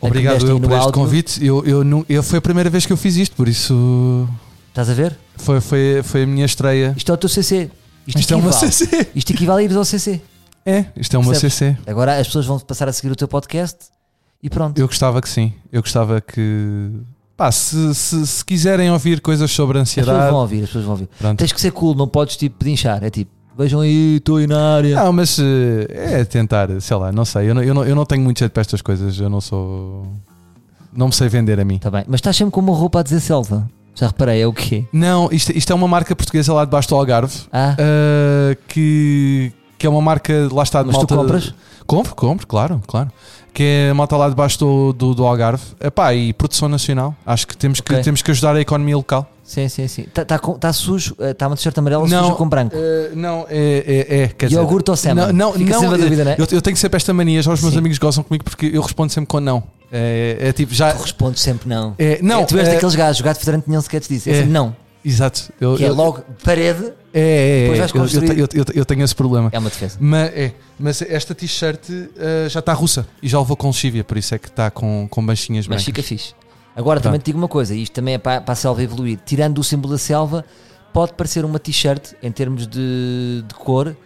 S2: Obrigado
S1: Aqui deste
S2: eu
S1: aí no
S2: por este
S1: áudio.
S2: convite. Eu, eu, não- eu- foi a primeira vez que eu fiz isto, por isso
S1: Estás a ver?
S2: foi, foi, foi a minha estreia.
S1: Isto é o teu CC. Isto,
S2: Isto é
S1: equivale.
S2: uma CC.
S1: Isto equivale a ires ao CC.
S2: É, isto é uma
S1: Percebes?
S2: CC.
S1: Agora as pessoas vão passar a seguir o teu podcast e pronto.
S2: Eu gostava que sim. Eu gostava que. Pá, se, se, se quiserem ouvir coisas sobre
S1: As pessoas
S2: ansiedade.
S1: vão ouvir, as pessoas vão ouvir.
S2: Pronto.
S1: Tens que ser cool, não podes tipo pedinchar. É tipo, Vejam aí, estou aí na área.
S2: Não, mas eh, é tentar, sei lá, não sei. Eu não, eu não, eu não tenho muito jeito para estas coisas. Eu não sou. Não me sei vender a mim.
S1: Está Tá bem, mas estás sempre com uma roupa a dizer Selva. Já reparei, é o quê?
S2: Não, isto, isto é uma marca portuguesa lá debaixo do Algarve
S1: Ah,
S2: eh, que, que é uma marca, lá está de
S1: mas tu
S2: malta.
S1: compras?
S2: Compro, compro, claro, claro. Que é a malta lá debaixo do, do, do Algarve. Epá, e produção nacional. Acho que temos,
S1: Ok.
S2: que temos que ajudar a economia local.
S1: Sim, sim, sim. Está tá com- tá sujo, está uma t-shirt amarela
S2: Não.
S1: suja com branco.
S2: Eh, não, é, é, é quer dizer-
S1: Iogurte ou sêmen?
S2: Não, não,
S1: Fica
S2: não,
S1: sempre a
S2: eh,
S1: dúvida, não é?
S2: Eu, eu tenho sempre esta mania, já os meus
S1: Sim.
S2: amigos gozam comigo porque eu respondo sempre com não. É, é tipo, já.
S1: Tu respondes sempre não.
S2: É, não,
S1: É, tu és
S2: é-
S1: daqueles gajos, o gato federante tinha um sequer disse. É,
S2: É.
S1: sempre não.
S2: Exato. Eu,
S1: Que é
S2: eu-
S1: logo parede,
S2: é, é, é,
S1: Depois vais
S2: eu- eu,
S1: construir.
S2: eu- eu- eu tenho esse problema.
S1: é uma defesa.
S2: Mas, é, mas esta t-shirt eh, já está russa e já levou com lexívia, por isso é que está com, com manchinhas
S1: Mas
S2: brancas.
S1: fica fixe. Agora também te digo uma coisa, e isto também é para, para a selva evoluir. Tirando o símbolo da selva, pode parecer uma t-shirt em termos de, de cor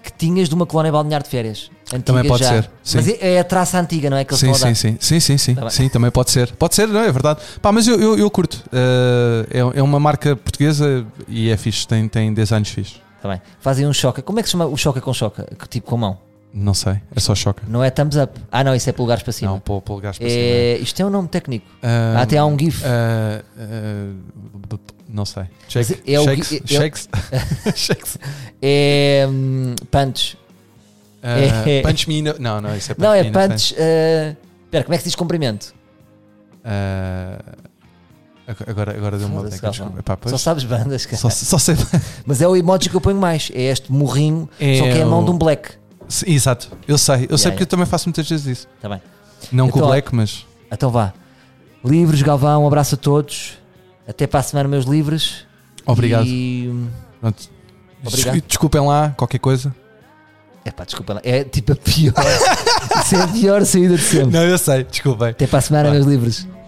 S1: que tinhas de uma colónia balnear de férias. Antiga
S2: Também pode
S1: já.
S2: ser, sim.
S1: Mas é, é a traça antiga, não é? Que eles
S2: Sim,
S1: estão a
S2: sim,
S1: dar.
S2: sim, sim, sim, sim,
S1: Tá bem.
S2: sim, também pode ser. Pode ser, não é verdade. Pá, mas eu, eu, eu curto. Eh, é, é uma marca portuguesa e é fixe, tem, tem designs fixe.
S1: Tá bem. Fazem um choca. Como é que se chama o choca com choca? Que tipo com mão?
S2: Não sei, é só choca.
S1: Não é thumbs up. Ah, não, isso é polegares para cima.
S2: Não, pô, polegares para cima.
S1: é, isto é um nome técnico.
S2: Ah,
S1: Até há um GIF.
S2: ah, ah, não sei. Shake,
S1: Mas é o-
S2: shakes,
S1: é- é-
S2: shakes, shakes.
S1: É. hum, punch.
S2: Ah,
S1: É-
S2: punch me in the- Não, não, isso é punch
S1: Não,
S2: me
S1: é
S2: in the
S1: punch. eh, Espera, como é que se diz comprimento?
S2: Ah, ag- agora, agora deu uma
S1: Foda-se,
S2: beca,
S1: Galvão.
S2: desculpa. Epá, pois,
S1: Só sabes bandas, cara.
S2: só, só sei.
S1: Mas é o emoji que eu ponho mais. É este morrinho,
S2: É
S1: só que é a mão
S2: o-
S1: de um black.
S2: Sim, Exato, eu sei. Eu sei
S1: yeah.
S2: porque eu também faço muitas vezes isso.
S1: Tá bem.
S2: Não com o
S1: Então,
S2: Black, mas.
S1: Então vá. Livres, Galvão, um abraço a todos. Até para a semana, meus livres.
S2: Obrigado.
S1: E.
S2: Pronto. Des-
S1: Obrigado.
S2: Desculpem lá qualquer coisa.
S1: Epá, desculpa lá. É tipo a pior. Isso é a pior saída de sempre.
S2: Não, eu sei, desculpem.
S1: Até para a semana,
S2: Vá.
S1: meus livres.